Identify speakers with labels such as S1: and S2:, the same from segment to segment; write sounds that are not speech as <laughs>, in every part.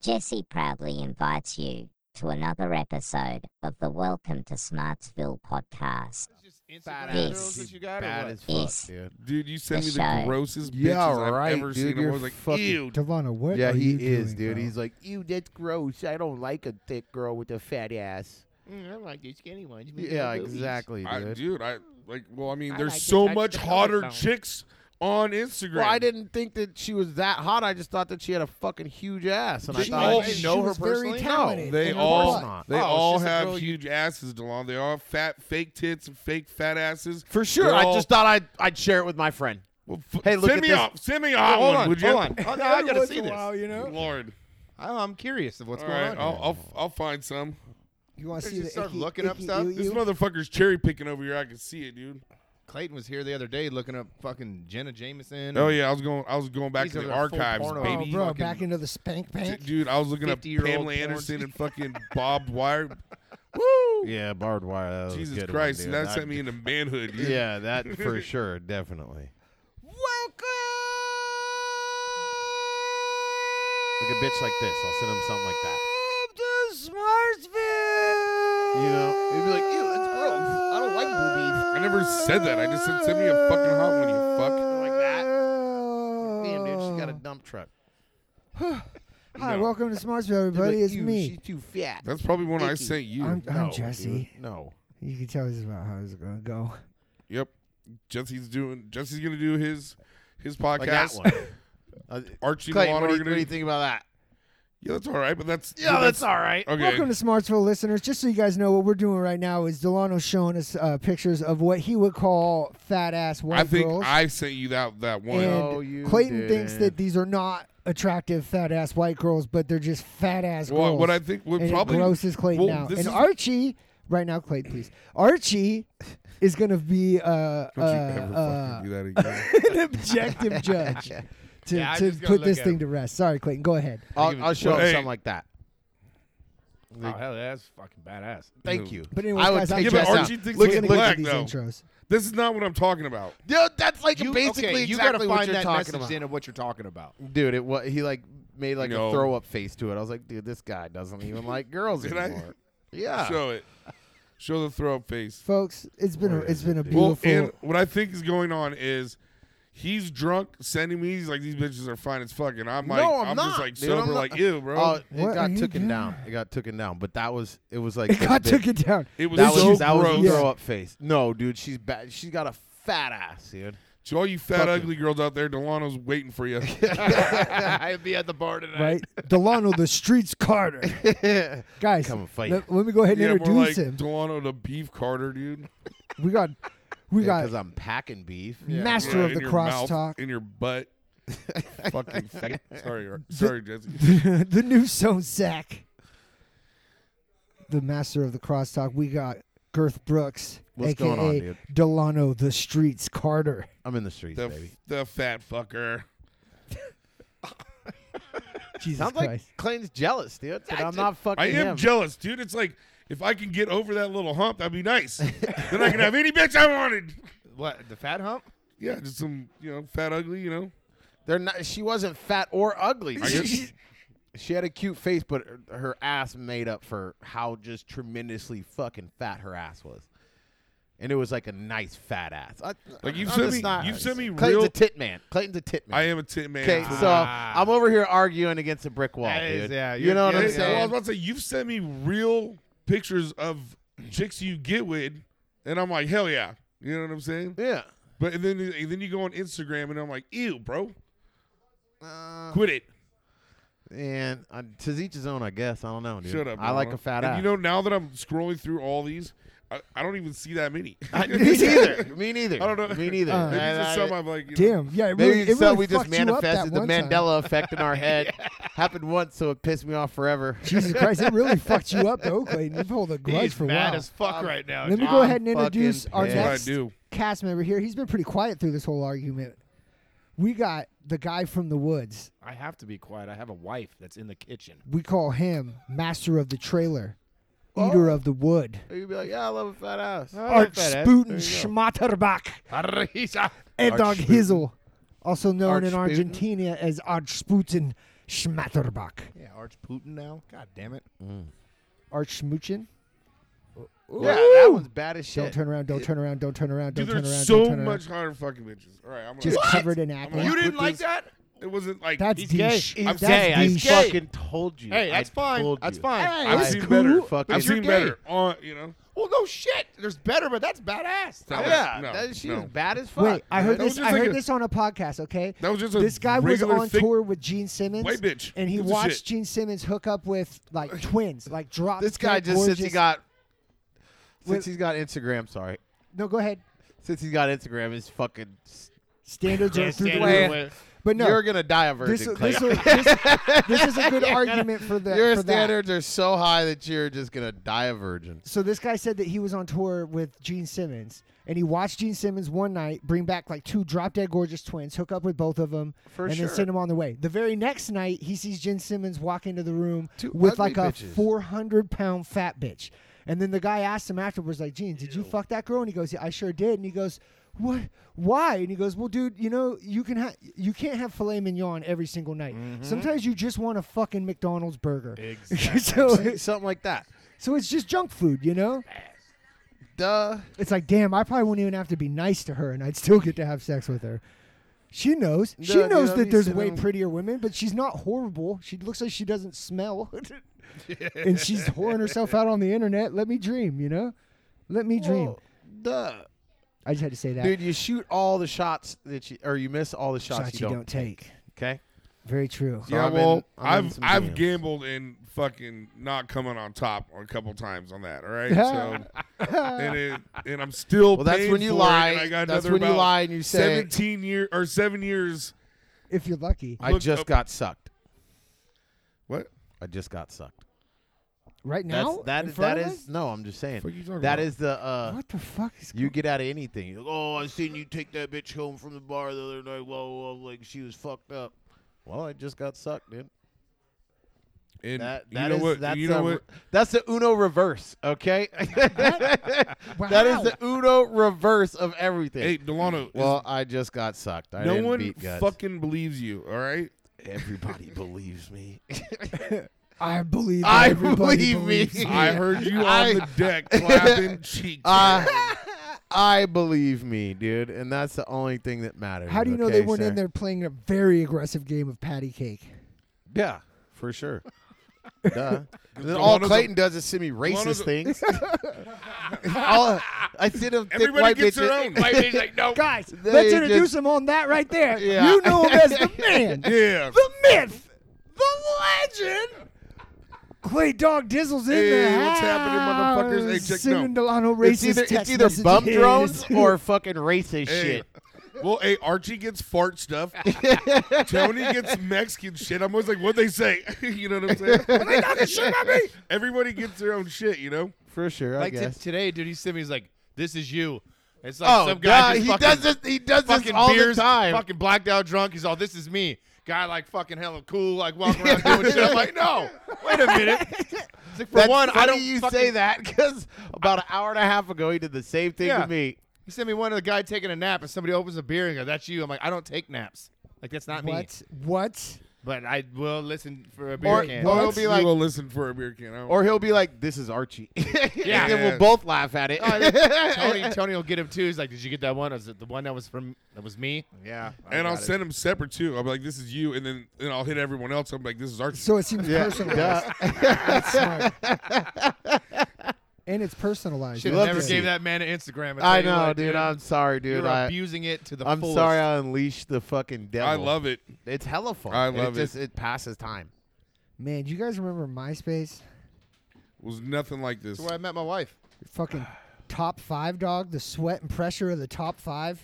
S1: Jesse proudly invites you to another episode of the Welcome to Smartsville podcast.
S2: Just
S3: Bad
S2: Instagram
S1: Yes.
S2: girls that you got, or
S3: bad
S2: what?
S3: as fuck,
S1: Yes.
S3: dude.
S4: Dude, you sent
S1: The
S4: me the
S1: show.
S4: grossest bitches
S3: Yeah,
S4: I've
S3: right,
S4: ever
S3: dude.
S4: seen. I
S3: You're
S4: was like,
S3: fucking-
S4: ew.
S5: Devana, what?
S3: yeah,
S5: are
S3: he
S5: you
S3: is,
S5: doing,
S3: dude.
S5: bro?
S3: He's like, ew, that's gross. I don't like a thick girl with a fat ass.
S2: Mm, I like these skinny ones. with
S3: Yeah,
S2: big boobies.
S3: exactly,
S4: I,
S3: dude.
S4: dude, I like. Well, I mean,
S2: I
S4: there's
S2: like
S4: so
S2: it. I
S4: much
S2: just
S4: hotter
S2: don't.
S4: chicks on Instagram.
S3: Well, I didn't think that she was that hot. I just thought that she had a fucking huge ass, and
S4: She
S3: I thought
S4: all-
S3: I
S4: she
S3: didn't know her
S5: was very
S3: personally.
S5: talented.
S3: No,
S4: They
S5: And
S3: of
S4: all
S3: course not.
S4: they
S2: Oh, it's
S4: all
S2: just a
S4: have
S2: girl you-
S4: huge asses, Delon. They all have fat, fake tits, and fake fat asses.
S3: for sure.
S4: They're
S3: I
S4: all-
S3: just thought I'd I'd share it with my friend.
S4: Well, f-
S3: Hey, look
S4: send
S3: at
S4: me
S3: this-
S4: off. Send me off
S2: Hold
S4: one,
S2: on,
S4: would you?
S2: hold
S4: <laughs>
S2: on. Oh, now I
S5: Every
S2: gotta
S5: once
S2: see
S5: in a
S2: this.
S5: while, you know.
S4: Lord.
S2: I, I'm curious of what's
S4: All
S2: going
S4: right,
S2: on.
S4: I'll, I'll I'll find some.
S5: You want to
S2: Let's
S5: see
S2: just
S5: the
S2: start
S5: icky,
S2: looking up
S5: icky
S2: stuff.
S5: you-
S4: This
S5: you?
S4: motherfucker's cherry picking over here. I can see it, dude.
S2: Clayton was here the other day looking up fucking Jenna Jameson.
S4: Oh yeah, I was going. I was going back
S2: These
S4: to
S2: are
S4: the
S2: the full
S4: archives,
S2: porno.
S5: Oh,
S4: baby.
S5: bro,
S4: Fucking-
S5: back into the spank
S4: D-
S5: bank.
S4: Dude, I was looking up
S2: 50-year-old
S4: Pamela
S2: porn.
S4: Anderson and
S3: <laughs>
S4: fucking Bob Wire.
S3: Woo! Yeah, barbed wire. that was a
S4: Jesus
S3: good one,
S4: Christ,
S3: dude.
S4: that sent me into manhood. dude.
S2: <laughs>
S3: Yeah, that for sure, definitely. Welcome. Like a bitch like this, I'll send him something like that. You know, he'd be like, "Ew, that's gross. I don't like boobies."
S4: I never said that. I just said send me a fucking hot one, you fuck.
S3: Like that. Damn, dude, she's got a dump truck.
S5: Hi,
S4: No.
S5: welcome to Smartsville,
S3: They'd be
S5: everybody.
S3: like,
S5: It's
S3: "Ew,
S5: me.
S3: She's too fat.
S4: That's probably when I
S3: Icky.
S4: sent you.
S5: I'm,
S3: No,
S5: I'm
S3: dude,
S5: Jesse.
S3: No.
S5: You can tell this is about how it's gonna go.
S4: yep. Jesse's doing. Jesse's gonna do his his podcast.
S3: Like that one.
S2: <laughs>
S3: Uh,
S4: Archie
S3: Clayton,
S4: Milano
S3: what do, you,
S4: gonna
S3: what do you think about that?
S4: Yeah, that's all right, but that's
S3: <laughs> all right.
S4: okay.
S5: Welcome to Smartsville listeners. Just so you guys know, what we're doing right now is Delano's showing us uh, pictures of what he would call fat ass white
S4: I think
S5: girls.
S4: I sent you that that one.
S5: and
S3: No, you
S5: Clayton thinks that
S3: didn't.
S5: these are not attractive fat ass white girls, but they're just fat ass
S4: Well,
S5: girls.
S4: what I think would
S5: and
S4: probably
S5: it grosses Clayton
S4: well,
S5: out.
S4: this
S5: And
S4: is-
S5: Archie, right now, Clayton, please. Archie is going to be uh,
S4: Don't you
S5: uh,
S4: ever
S5: uh,
S4: fucking
S3: <laughs>
S4: do that again.
S5: <laughs> an objective judge to,
S2: Yeah, I'm
S5: to
S2: just gonna
S5: put
S2: look
S5: this
S2: at
S5: thing
S2: him.
S5: to rest. Sorry, Clayton, go ahead.
S3: I'll, I'll show
S4: Well,
S3: him
S4: hey.
S3: something like that.
S2: Oh, hell, that's fucking badass.
S3: Thank
S4: No.
S3: you.
S5: But anyways,
S3: I would
S5: guys,
S3: take
S5: I'm-
S4: yeah,
S3: Jess
S4: but
S3: out.
S4: Archie thinks
S3: Look
S4: he's
S3: at-
S5: We're gonna
S4: black
S5: get to these
S4: though.
S5: intros.
S4: This is not what I'm talking about.
S3: Dude, that's like
S2: You,
S3: basically
S2: okay, you
S3: exactly
S2: gotta
S3: what
S2: find
S3: you're
S2: that
S3: talking
S2: message
S3: about.
S2: in of what you're talking about.
S3: Dude, it what he like made like
S4: No.
S3: a throw up face to it. I was like, dude, this guy doesn't
S4: <laughs>
S3: even like girls
S4: Did I?
S3: anymore. Yeah.
S4: Show it. Show the throw up face.
S5: Folks, it's been a, it's been a
S4: Well,
S5: beautiful.
S4: and what I think is going on is he's drunk, sending me. He's like, these bitches are fine as fuck, and I'm like,
S3: No, I'm
S4: just
S3: not,
S4: like
S3: dude,
S4: sober,
S3: I'm not-
S4: like ew, bro.
S3: Oh,
S5: What
S3: it
S5: are
S3: got
S5: you
S3: taken
S5: doing?
S3: down. It got taken down. But that was it was like
S5: <laughs> it
S3: this
S5: got
S3: big-
S5: taken down.
S4: it was,
S3: That
S5: This
S4: so
S3: was that
S4: gross.
S3: was a
S5: Yeah.
S3: throw up face. No, dude, she's bad. She's got a fat ass,
S4: <laughs>
S3: dude.
S4: To all you fat
S3: Fucking-
S4: ugly girls out there, Delano's waiting
S3: <laughs>
S4: for you.
S2: I'll be at the bar tonight.
S5: Right, Delano, the streets Carter,
S3: <laughs>
S5: guys.
S3: Come and fight.
S5: Let, let me go ahead and
S4: yeah, more like
S5: introduce him.
S4: Delano the Beef Carter, dude.
S5: We got, we
S3: Because
S5: got
S3: I'm packing beef.
S5: master
S4: Yeah,
S5: of
S4: in
S5: the
S4: your mouth,
S5: crosstalk, <laughs>
S4: in your butt.
S3: <laughs>
S4: Fucking fat. sorry, Ar- sorry, Jesse.
S5: the new zone sack, the master of the crosstalk. We got Girth Brooks,
S3: What's
S5: aka
S3: going on, dude?
S5: Delano, the streets Carter.
S3: I'm in the streets,
S4: The,
S3: baby.
S4: the fat fucker.
S5: Jesus
S3: Sounds
S5: Christ.
S3: like Clayton's jealous, dude. That I'm not fucking
S4: I am
S3: him.
S4: jealous, dude. It's like if I can get over that little hump, that'd be nice. then I can have any bitch I wanted.
S2: What, the fat hump?
S4: Yeah, just some, you know, fat ugly, you know.
S3: They're not. She wasn't fat or ugly. <laughs>
S4: I guess-
S3: She had a cute face, but her, her ass made up for how just tremendously fucking fat her ass was, and it was like a nice fat ass. I,
S4: Like, you've
S3: I'm
S4: sent
S3: just
S4: me-
S3: not-
S4: you've sent me
S3: Clayton's
S4: real-
S3: a tit man. Clayton's a tit man.
S4: I am a tit man.
S3: Okay,
S4: too.
S3: so
S2: Ah.
S3: I'm over here arguing against a brick wall,
S2: That is-
S3: dude.
S2: yeah,
S3: you
S2: you're-
S3: know what
S4: Yeah,
S3: I'm
S4: yeah, well, I was
S3: saying?
S4: about to say, you've sent me real pictures of chicks you get with, and I'm like, hell yeah. You know what I'm saying?
S3: Yeah.
S4: But and then and then you go on Instagram, and I'm like, ew, bro.
S3: Uh,
S4: Quit it.
S3: And uh, to each his own, I guess. I don't know, dude.
S4: Shut up.
S3: I like
S4: Delano.
S3: a fat
S4: and
S3: ass.
S4: You know, now that I'm scrolling through all these, I, I don't even see that many. <laughs>
S3: I- me neither. Me neither.
S4: I don't know.
S3: Me neither.
S5: Uh,
S4: Maybe
S3: I-
S4: just
S3: I-
S4: some I'm like, you know,
S5: Damn. Yeah, it
S3: Maybe
S5: really, it
S3: so
S5: really
S3: we just
S5: fucked you up that
S3: manifested the
S5: one time.
S3: Mandela effect in
S5: <laughs>
S3: our head. Happened once, so it pissed me off forever.
S5: Jesus Christ, it really fucked you
S3: <laughs>
S5: up, though, Clayton. You've held a grudge
S2: He's
S5: for a
S2: mad
S5: while.
S2: as fuck right now.
S5: Let me
S2: dude. Um,
S5: go ahead and
S3: I'm fucking
S5: introduce our
S3: pissed.
S4: That's what I
S5: next
S4: do.
S5: cast member here. He's been pretty quiet through this whole argument. We got the guy from the woods.
S2: I have to be quiet. I have a wife that's in the kitchen. <laughs>
S5: We call him Master of the Trailer, Eater of the Wood,
S3: You'd be like, yeah, I love a fat ass.
S5: Art Sputen Schmatterbach,
S2: Arrisa.
S5: Edog Hizzle, also known in
S3: Archsputen?
S5: Argentina as Archsputen Schmatterbach.
S2: Yeah, Arch Putin now. God damn it.
S5: Archmuchin.
S3: Yeah, that one's bad as
S5: Don't
S3: shit.
S5: turn around, don't turn around, don't turn around, don't
S4: Dude,
S5: turn
S4: there's
S5: around,
S4: so
S5: don't turn around.
S4: much hotter fucking bitches. All right, I'm gonna.
S5: Just covered in acne.
S4: I'm
S2: You
S4: gonna
S2: didn't
S4: quit
S2: like
S4: this.
S2: that?
S4: It wasn't like
S5: That's
S3: He's
S5: the
S3: gay.
S5: sh-
S3: I'm
S5: that's
S2: gay.
S5: the
S2: I'm
S5: sh-
S2: gay.
S3: Fucking told you.
S2: Hey, that's
S3: I
S2: fine.
S3: told
S2: That's
S3: you.
S2: fine.
S5: Hey,
S4: I've
S5: That's
S4: seen
S5: cool.
S4: better.
S3: Fucking-
S4: I've
S2: You're
S4: seen
S2: gay.
S4: better. On you know.
S2: Well, no shit. There's better, but that's badass.
S4: That was-
S3: yeah,
S4: no,
S3: that, she
S4: no.
S3: was bad as fuck.
S5: Wait, I heard
S4: That was
S5: this.
S4: just
S5: I
S4: like
S5: heard
S4: a-
S5: this on a podcast. Okay,
S4: That was just a
S5: this guy was
S4: regular
S5: on
S4: thick-
S5: tour with Gene Simmons.
S4: White bitch.
S5: And he
S4: Gives a
S5: watched
S4: shit.
S5: Gene Simmons hook up with
S4: <laughs>
S5: like twins, like drop.
S3: This guy
S5: dead
S3: just since he
S5: gorgeous-
S3: got since
S5: With-
S3: he's got Instagram, sorry.
S5: no. Go ahead.
S3: Since he's got Instagram, is fucking.
S5: Standards are through the
S3: standards
S5: roof.
S3: are-
S5: But no,
S3: You're gonna die a virgin.
S5: this,
S3: Clay.
S5: this,
S3: <laughs>
S5: this, this
S4: <laughs>
S5: is a good argument for the
S3: Your
S5: for that.
S3: standards are so high that you're just gonna die a virgin.
S5: So this guy said that he was on tour with Gene Simmons, and he watched Gene Simmons one night bring back like two drop dead gorgeous twins, hook up with both of them,
S3: For
S5: and
S3: sure.
S5: then send them on the way. The very next night, he sees Gene Simmons walk into the room
S3: Two
S5: with
S3: ugly
S5: like
S3: bitches.
S5: a four hundred pound fat bitch, and then the guy asked him afterwards, like, Gene, did you fuck that girl? And he goes, Yeah, I sure did. And he goes. What? Why? And he goes, well, dude, you know, you can ha- you can't have filet mignon every single night.
S3: Mm-hmm.
S5: Sometimes you just want a fucking McDonald's burger. <laughs> Exactly. so,
S3: Something like that.
S5: so it's just junk food, you know.
S3: Duh.
S5: It's like, damn, I probably wouldn't even have to be nice to her, and I'd still get to have sex with her. She knows.
S3: No,
S5: She
S3: dude,
S5: knows
S3: I'll be
S5: that there's
S3: sitting
S5: way
S3: on-
S5: prettier women, but she's not horrible. She looks like she doesn't smell, <laughs>
S3: <laughs>
S5: and she's whoring herself out on the internet. Let me dream, you know. Let me dream.
S3: Whoa. Duh.
S5: I just had to say that.
S3: Dude, you shoot all the shots that you, or you miss all the shots,
S5: Shots you don't take.
S3: Okay.
S5: Very true.
S3: So
S4: yeah,
S3: I'm in-
S4: well,
S3: I'm in
S4: I've
S3: some
S4: I've
S3: jams.
S4: gambled and fucking not coming on top a couple times on that. All
S3: <laughs>
S4: right, so and it, and I'm still.
S3: Well, that's
S4: paying
S3: when you
S4: for it,
S3: lie.
S4: and I got
S3: That's
S4: another
S3: when you
S4: about
S3: lie and you say-
S4: seventeen year or seven years.
S5: If you're lucky,
S3: I
S4: Look
S3: just
S4: up-
S3: got sucked.
S4: What?
S3: I just got sucked.
S5: right
S3: That's,
S5: now,
S3: that
S5: in
S3: is
S5: front
S3: that
S5: of
S3: is
S5: us?
S3: no. I'm just saying.
S4: Fuck you talking
S3: That
S4: about?
S3: is the uh,
S5: What the fuck is?
S3: you get out of anything. You're like, oh, I seen you take that bitch home from the bar the other night. Whoa, whoa, whoa, like she was fucked up. Well, I just got sucked, dude.
S4: And
S3: That
S4: you
S3: that
S4: know
S3: is-
S4: what?
S3: that's
S4: you know
S3: a-
S4: what?
S3: that's the Uno reverse. Okay, <laughs> that is the Uno reverse of everything.
S4: Hey, Delano. is-
S3: well, I just got sucked. I
S4: no
S3: didn't
S4: one
S3: beat guts.
S4: fucking believes you. All right.
S3: Everybody believes
S4: <laughs>
S3: me.
S5: I believe.
S3: I
S5: everybody
S3: believe me.
S5: believes
S4: <laughs> I heard you on
S3: I-
S4: the deck <laughs> clapping cheeks.
S3: <laughs> I I believe me, dude, and that's the only thing that matters.
S5: How do you know
S3: okay,
S5: they weren't
S3: sir?
S5: in there playing a very aggressive game of patty cake?
S3: Yeah, for sure. Duh. Then
S4: one
S3: all
S4: of the-
S3: Clayton does is send me
S4: one of
S3: racist
S4: the-
S3: things. <laughs> all, I send him thick
S4: Everybody
S3: white
S4: gets
S3: bitches.
S4: their own. White bitch like no.
S5: Guys,
S3: They
S5: let's introduce
S3: just-
S5: him on that right
S3: <laughs>
S5: there.
S3: Yeah.
S5: You know him
S3: <laughs>
S5: as the man,
S4: Yeah.
S5: the myth, the legend. Clay Dog Dizzle's in
S4: Hey,
S5: the
S4: what's happening, motherfuckers? Hey,
S5: house.
S4: check
S5: Sending
S4: now.
S5: Delano racist
S3: It's either, it's
S5: text
S3: either bum
S5: messages. <laughs>
S3: drones or fucking racist
S4: Hey.
S3: shit.
S4: Well, hey, Archie gets fart <laughs> stuff. Tony gets Mexican shit. I'm always like, what they say? <laughs> you know what I'm saying? Are they talking shit about me? Everybody gets their own shit, you know?
S3: For sure,
S2: Like
S3: I
S2: t-
S3: guess.
S2: today, dude, he sent me. He's like, "This is you." It's like
S3: oh,
S2: some guy.
S3: duh,
S2: just
S3: he
S2: fucking,
S3: does this. He does this
S2: fucking
S3: all
S2: beers,
S3: the time.
S2: Fucking blacked out, drunk. He's all, "This is me." Guy like fucking hella cool,
S3: <laughs>
S2: like walking around doing shit. I'm like, no, wait a minute. It's like, for
S3: That's
S2: one, I
S3: funny
S2: don't
S3: you
S2: fucking-
S3: say that because about an hour and a half ago he did the same thing
S2: Yeah.
S3: to me.
S2: He sent me one of the guy taking a nap, and somebody opens a beer and goes, "That's you." I'm like, I don't take naps. Like that's not me.
S5: What? What?
S2: But I will listen for a beer
S3: Or, or
S2: can.
S4: Oh,
S3: he'll be like,
S4: you will listen for a beer can. I don't-
S3: or he'll be like, "This is Archie," <laughs>
S2: Yeah.
S3: and then we'll both laugh at
S2: <laughs>
S3: it. <laughs>
S2: Tony, Tony will get him too. He's like, "Did you get that one? Is it the one that was from that was me?"
S3: yeah,
S4: and I'll
S3: got it.
S4: send them separate too. I'll be like, this is you. And then and I'll hit everyone else. I'm like, this is Archie.
S5: So it seems
S3: Yeah,
S5: personalized.
S3: duh.
S5: That's smart.
S3: <laughs>
S5: and it's personalized.
S2: Should
S3: love
S2: have never
S3: to see
S2: gave
S3: it.
S2: that man an Instagram. I'll
S3: I
S2: tell you
S3: know,
S2: what,
S3: dude. I'm sorry, dude.
S2: You're
S3: I,
S2: abusing it to the
S3: I'm
S2: fullest.
S3: sorry. I unleashed the fucking devil.
S4: I love it.
S3: It's hella fun.
S4: I
S3: And
S4: love
S3: it.
S4: it.
S3: Just, it passes time.
S5: Man, do you guys remember MySpace?
S4: It was nothing like this.
S2: That's where I met my wife.
S5: Fucking top five dog. The sweat and pressure of the top five.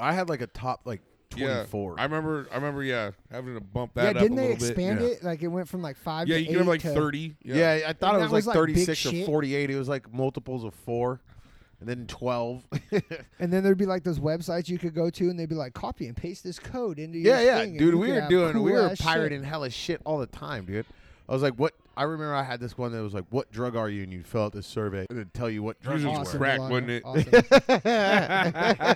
S3: I had like a top like
S4: Yeah. I remember, I remember, yeah, having to bump that
S5: yeah,
S4: up
S5: didn't
S4: a
S5: they
S4: little
S5: expand
S4: bit.
S5: it? Like it went from like five.
S4: Yeah,
S5: to
S4: you can have
S5: eight
S4: like
S5: to-
S4: 30.
S3: yeah. I thought
S5: And
S3: it
S5: that
S3: was, like
S5: was, like, big
S3: 36 or
S5: shit.
S3: 48. It was like multiples of four, and then <laughs> 12. yeah,
S5: And then there'd be like those websites you could go to, and they'd be like, copy and paste this code into your.
S3: yeah,
S5: thing, and
S3: dude.
S5: you
S3: We
S5: could
S3: were
S5: have
S3: doing,
S5: cool
S3: we were
S5: ass shit.
S3: pirating hella shit all the time, dude. I was like, what? I remember I had this one that was like, what drug are you? And you fill out this survey and it'd tell you what drug you
S4: Usually
S3: were.
S5: <laughs>
S4: it's crack, wasn't it?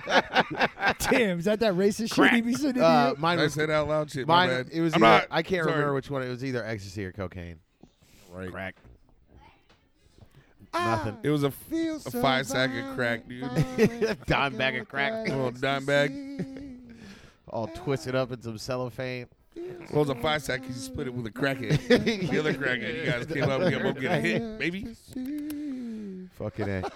S4: <laughs>
S5: Damn, is that that racist shit he be sending
S3: Uh,
S5: you?
S3: mine
S4: I
S3: was,
S4: said out loud shit. my
S3: mine,
S4: bad.
S3: it was
S4: I'm
S3: either-
S4: not.
S3: I can't
S4: Sorry.
S3: remember which one. It was either ecstasy or cocaine.
S4: Right.
S3: Crack.
S4: It was a, f-
S5: Feel
S4: a
S5: so
S4: five sack of
S5: violent,
S4: crack, dude. <laughs>
S3: <laughs>
S5: violent,
S3: Dime bag of crack.
S5: violent
S4: Little dime bag.
S3: All twisted up in some cellophane.
S4: Well, it was a five sack. He split it with a
S5: <laughs>
S4: crackhead. the other crackhead. You guys came up and got both get a hit, baby.
S5: ecstasy.
S3: Fucking
S5: <laughs>
S3: A.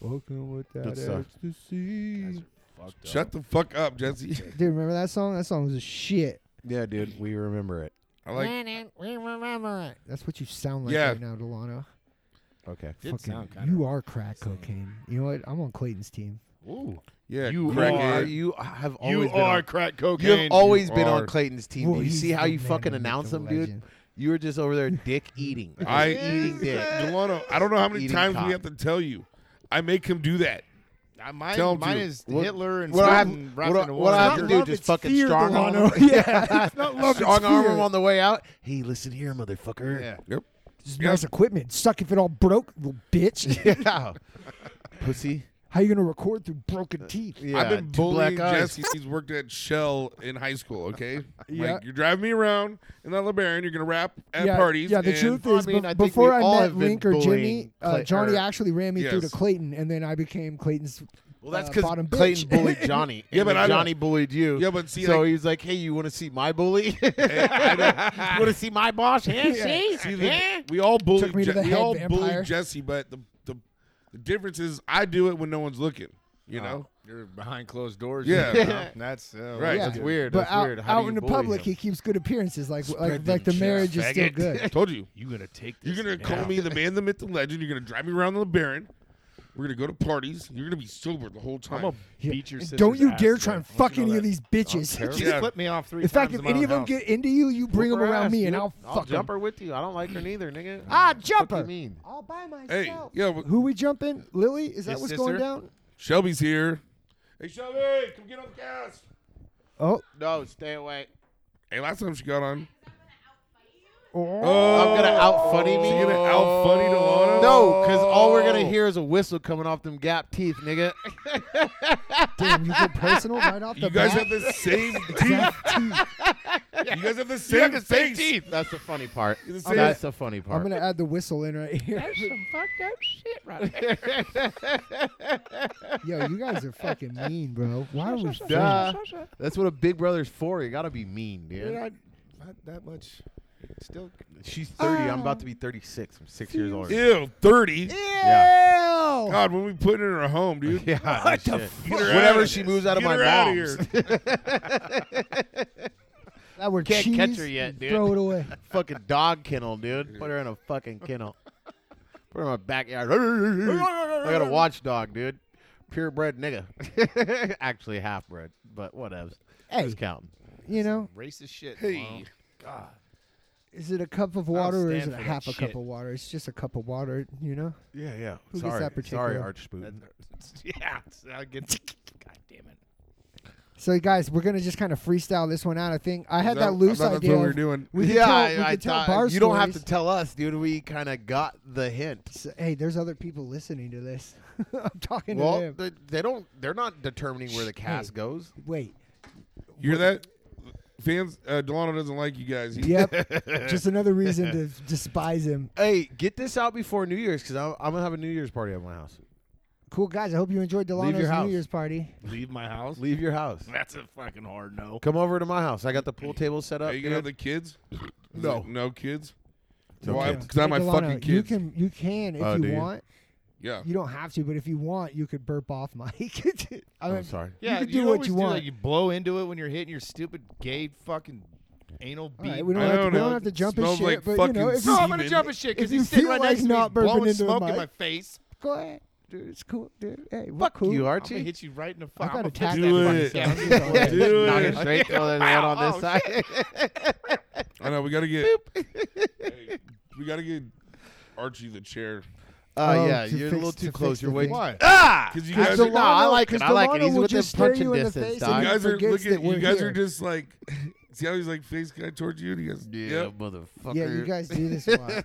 S5: Walking with that
S3: stuff.
S5: ecstasy.
S4: Shut the fuck up, Jesse. <laughs>
S5: Dude, remember that song? That song was a shit.
S3: yeah, dude. We remember it.
S4: I like.
S5: We remember it. That's what you sound like
S4: Yeah.
S5: right now, Delano.
S3: Okay.
S6: Did
S5: Fucking-
S6: sound kinda-
S5: you are crack cocaine. You know what? I'm on Clayton's team.
S4: Yeah,
S2: You
S4: crackhead.
S2: are-
S3: You have always
S2: You
S3: been
S2: are
S3: on,
S2: crack
S3: you
S2: cocaine.
S3: have always been
S4: are.
S3: on Clayton's team.
S5: Well,
S3: you
S5: he's
S3: see how
S5: the
S3: you
S5: man,
S3: fucking
S5: the myth,
S3: announce
S5: the
S3: him, dude?
S5: legend.
S3: You were just over there dick eating.
S4: I
S3: eating dick.
S4: <laughs> Delano, I don't know how many
S3: Eating
S4: times
S3: cock.
S4: we have to tell you. I make him do that.
S2: Uh, mine,
S4: Told
S2: mine
S4: you.
S2: is
S3: What-
S2: Hitler and
S3: what I have,
S2: Satan
S3: what
S2: wrapped
S3: I-
S2: in a
S3: what I have
S2: walnut.
S3: to
S5: not
S3: do
S5: love,
S3: is just
S5: it's
S3: fucking
S5: fear,
S3: strong arm
S5: Delano. <laughs>
S3: him.
S5: Yeah, it's not love, it's
S3: strong arm
S5: fear.
S3: him on the way out. Hey, listen here, motherfucker. <laughs>
S2: Yeah.
S4: Yep.
S5: This is
S4: Yeah.
S5: nice equipment. Suck if it all broke, little bitch.
S3: Yeah. Pussy.
S5: <laughs> How you gonna record through broken teeth?
S3: Uh, Yeah.
S4: I've been
S3: two black
S4: bullying
S3: eyes.
S4: Jesse. He's worked at Shell in high school.
S5: <laughs>
S4: Okay,
S5: Yeah.
S4: like, you're driving me around in that LeBaron. You're gonna rap at
S5: yeah,
S4: parties.
S5: yeah. The
S4: and
S5: truth
S3: I
S5: is,
S3: mean,
S5: bef-
S3: I think we
S5: before I
S3: all
S5: met
S3: have been
S5: Link or Jimmy,
S3: bullying
S5: uh,
S3: Clay-
S5: Johnny
S3: or-
S5: actually ran me through to
S4: Yes.
S5: Clayton, and then I became Clayton's.
S3: Well, that's
S5: uh,
S3: because
S5: bottom
S3: Clayton
S5: bitch.
S3: bullied Johnny.
S4: Yeah,
S3: and
S4: but
S3: then
S4: I don't-
S3: Johnny bullied you.
S4: Yeah, but see,
S3: so
S4: like-
S3: he's like, "Hey, you want to see my bully? you <laughs> want to see my boss? Yeah, see,
S4: See, the- we all bully.
S5: Took me to
S4: Je-
S5: the
S4: we
S5: head,
S4: all
S5: vampire.
S4: bully Jesse, but the, the the difference is I do it when no one's looking. You know,
S2: You're behind closed doors.
S4: Yeah.
S2: you
S3: <laughs>
S2: know? That's uh,
S4: Right.
S5: Yeah.
S3: That's <laughs> weird.
S5: But
S3: That's
S5: out,
S3: weird. How do
S5: out
S3: you
S5: in the
S3: bully
S5: public,
S3: him?
S5: he keeps good appearances. Like
S4: Spread
S5: like, like the
S4: them
S5: marriage
S4: checks,
S5: is still
S4: faggot.
S5: good.
S4: told you.
S6: You gonna take this?
S4: You're gonna
S6: man
S4: call
S6: out.
S4: me the man, the myth, the legend. You're gonna drive me around the LeBaron. We're gonna go to parties. You're gonna be sober the whole time.
S6: I'm gonna
S5: Yeah.
S6: beat your
S5: And
S6: sister's
S5: Don't you
S6: ass
S5: dare
S6: today.
S5: try and
S6: Don't you
S5: fuck
S6: know
S5: any of
S6: that?
S5: these bitches. <laughs>
S2: She
S4: Yeah.
S2: flipped me off three
S5: In fact,
S2: times
S5: if
S2: my
S5: any of them
S2: house.
S5: get into you, you bring
S3: Whoop
S5: them
S3: her
S5: around
S3: ass,
S5: me, and
S3: dude.
S5: I'll
S3: I'll
S5: fuck
S3: jump
S5: them.
S3: her with you. I don't like her neither, nigga.
S5: Ah,
S3: What
S5: jump
S3: do you
S5: her.
S3: mean?
S5: All by myself.
S4: hey, yeah, but
S5: Who we jumping? Lily? Is that
S2: His
S5: what's going
S2: sister?
S5: down?
S4: Shelby's here. Hey, Shelby, come get on the couch.
S5: Oh,
S3: No, stay away.
S4: Hey, last time she got on.
S5: oh.
S3: I'm gonna out funny me.
S4: You're gonna out funny Delano?
S3: No, because all we're gonna hear is a whistle coming off them gap teeth, nigga.
S5: damn! You get personal
S4: <laughs>
S5: right off the
S4: You guys
S5: bat.
S4: have the
S5: <laughs>
S4: same teeth.
S5: Exact teeth.
S4: You guys have the same, face.
S3: That's the funny part.
S4: That's
S3: That's the funny part.
S5: I'm gonna add the whistle in right here. Yo, you guys are fucking mean, bro. Why are we
S3: Duh.
S5: friends?
S3: That's what a big brother's for. You gotta be mean,
S2: Dude,
S3: dude.
S2: I, not that much. Still,
S3: She's 30. I'm about to be 36. I'm six years older.
S4: Ew, 30.
S5: Ew!
S4: God, when we put her in her home, dude.
S3: Yeah. <laughs> What the
S4: Get her
S3: Whenever
S4: outta
S3: she
S4: this.
S3: moves out of
S4: Get
S3: my
S4: her outta
S5: <laughs>
S3: mom's.
S4: here.
S5: That were
S3: Can't
S5: cheese.
S3: catch her yet, dude.
S5: Throw
S3: <laughs>
S5: it away.
S3: fucking dog kennel, dude. Put her in a fucking kennel. Put her in my backyard. I got a watchdog, dude. Purebred nigga. <laughs> Actually, half bred, but whatevs.
S5: Hey,
S3: Just counting.
S5: you know,
S2: <laughs> racist shit.
S4: Hey.
S5: is it a cup of water or is
S6: stand
S5: it a
S6: for that
S5: half a cup
S6: shit.
S5: of water? It's just a cup of water, you know.
S3: Yeah, yeah.
S5: Who gets
S3: Sorry.
S5: that
S3: Sorry,
S5: particular-
S3: Arch Spoon.
S2: <laughs>
S6: Yeah, I get.
S3: <laughs>
S6: God damn it.
S5: So guys, we're gonna just kind of freestyle this one out. I think I had
S4: Is
S5: that,
S4: I
S5: loose
S4: thought that's
S5: idea.
S4: what we were
S5: of-
S4: doing.
S5: we could
S3: yeah,
S5: tell,
S3: I,
S5: we
S3: I
S5: could tell
S3: thought-
S5: bar
S3: you don't have to
S5: stories.
S3: tell us, dude. We kind of got the hint.
S5: So, hey, there's other people listening to this. <laughs> I'm talking to
S3: Well,
S5: them.
S3: they, they don't. They're not determining where the cast goes.
S5: Wait.
S4: You hear that? Fans, uh, Delano doesn't like you guys. He- <laughs>
S5: Yep. just another reason to despise him.
S3: Hey, get this out before New Year's because I'm, I'm gonna have a New Year's party at my house.
S5: Cool guys. I hope you enjoyed
S3: your
S5: Delano's New
S3: house.
S5: Year's party.
S6: Leave my house.
S3: Leave your house.
S6: That's a fucking hard no.
S3: Come over to my house. I got the pool table set up.
S4: Are you gonna have
S3: dude.
S4: the kids?
S3: No.
S4: Like, no kids.
S3: No
S4: Why?
S3: kids.
S4: Because I'm my
S5: Hey, Delano,
S4: fucking
S5: You
S4: kids. Uh,
S5: can, you can if
S3: Oh, do
S5: you
S3: you?
S5: want.
S4: yeah.
S5: You don't have to, but if you want, you could burp off Mike. <laughs> I
S4: Oh,
S5: mean,
S3: I'm sorry.
S5: You
S2: Yeah,
S5: can
S2: you,
S5: do what
S2: always
S5: you
S2: do that.
S5: want.
S2: You blow into it when you're hitting your stupid gay fucking anal
S5: all
S2: beat.
S5: right, we don't,
S4: I
S5: have to, <laughs>
S4: don't
S5: we
S4: know.
S5: don't have to
S4: It
S5: jump in
S4: smells
S5: shit,
S4: like
S5: but you know,
S4: fucking
S5: if
S2: no,
S5: you,
S4: semen.
S2: I'm gonna jump his shit
S5: if
S2: because
S5: you
S2: he's sitting
S5: feel
S2: right
S5: like
S2: next to me,
S5: not burping
S2: blowing
S5: into the
S2: smoke in
S5: mic.
S2: my face.
S5: go ahead, dude. It's cool, dude. Hey, we're cool.
S2: I'm
S3: you,
S2: gonna
S3: Archie.
S2: hit you right in the
S5: I
S2: fuck.
S5: got
S2: I'm gonna
S5: attacked.
S2: fix
S4: Do
S2: that
S4: it.
S2: fucking <laughs> sound.
S3: <laughs>
S5: Do it.
S4: Do
S3: Knock
S4: it.
S3: it straight through the one on this
S2: Oh,
S3: <laughs> side. Uh,
S4: I know. We gotta get. Hey, we gotta get Archie the chair.
S3: Uh,
S5: Oh,
S3: yeah,
S5: to
S3: you're a
S5: fix-
S3: little
S5: to
S3: too
S5: fix
S3: close.
S5: the
S3: You're way
S5: thing.
S2: Why?
S3: ah.
S4: Because you
S5: Cause
S4: guys
S5: the
S4: are.
S3: No, I like it.
S5: because
S3: I like it.
S5: Delano
S3: He's
S5: will
S3: within
S5: just stare
S3: punching
S5: you in the
S3: distance,
S5: face
S3: dog.
S5: and
S4: you
S5: he
S4: guys are
S5: forgets
S4: looking.
S5: that
S4: You
S5: we're
S4: guys
S5: <laughs> here.
S4: are just like See how he's like face guy towards you? And he goes,
S3: Yeah,
S4: yep.
S3: motherfucker.
S5: Yeah, you guys do this a lot.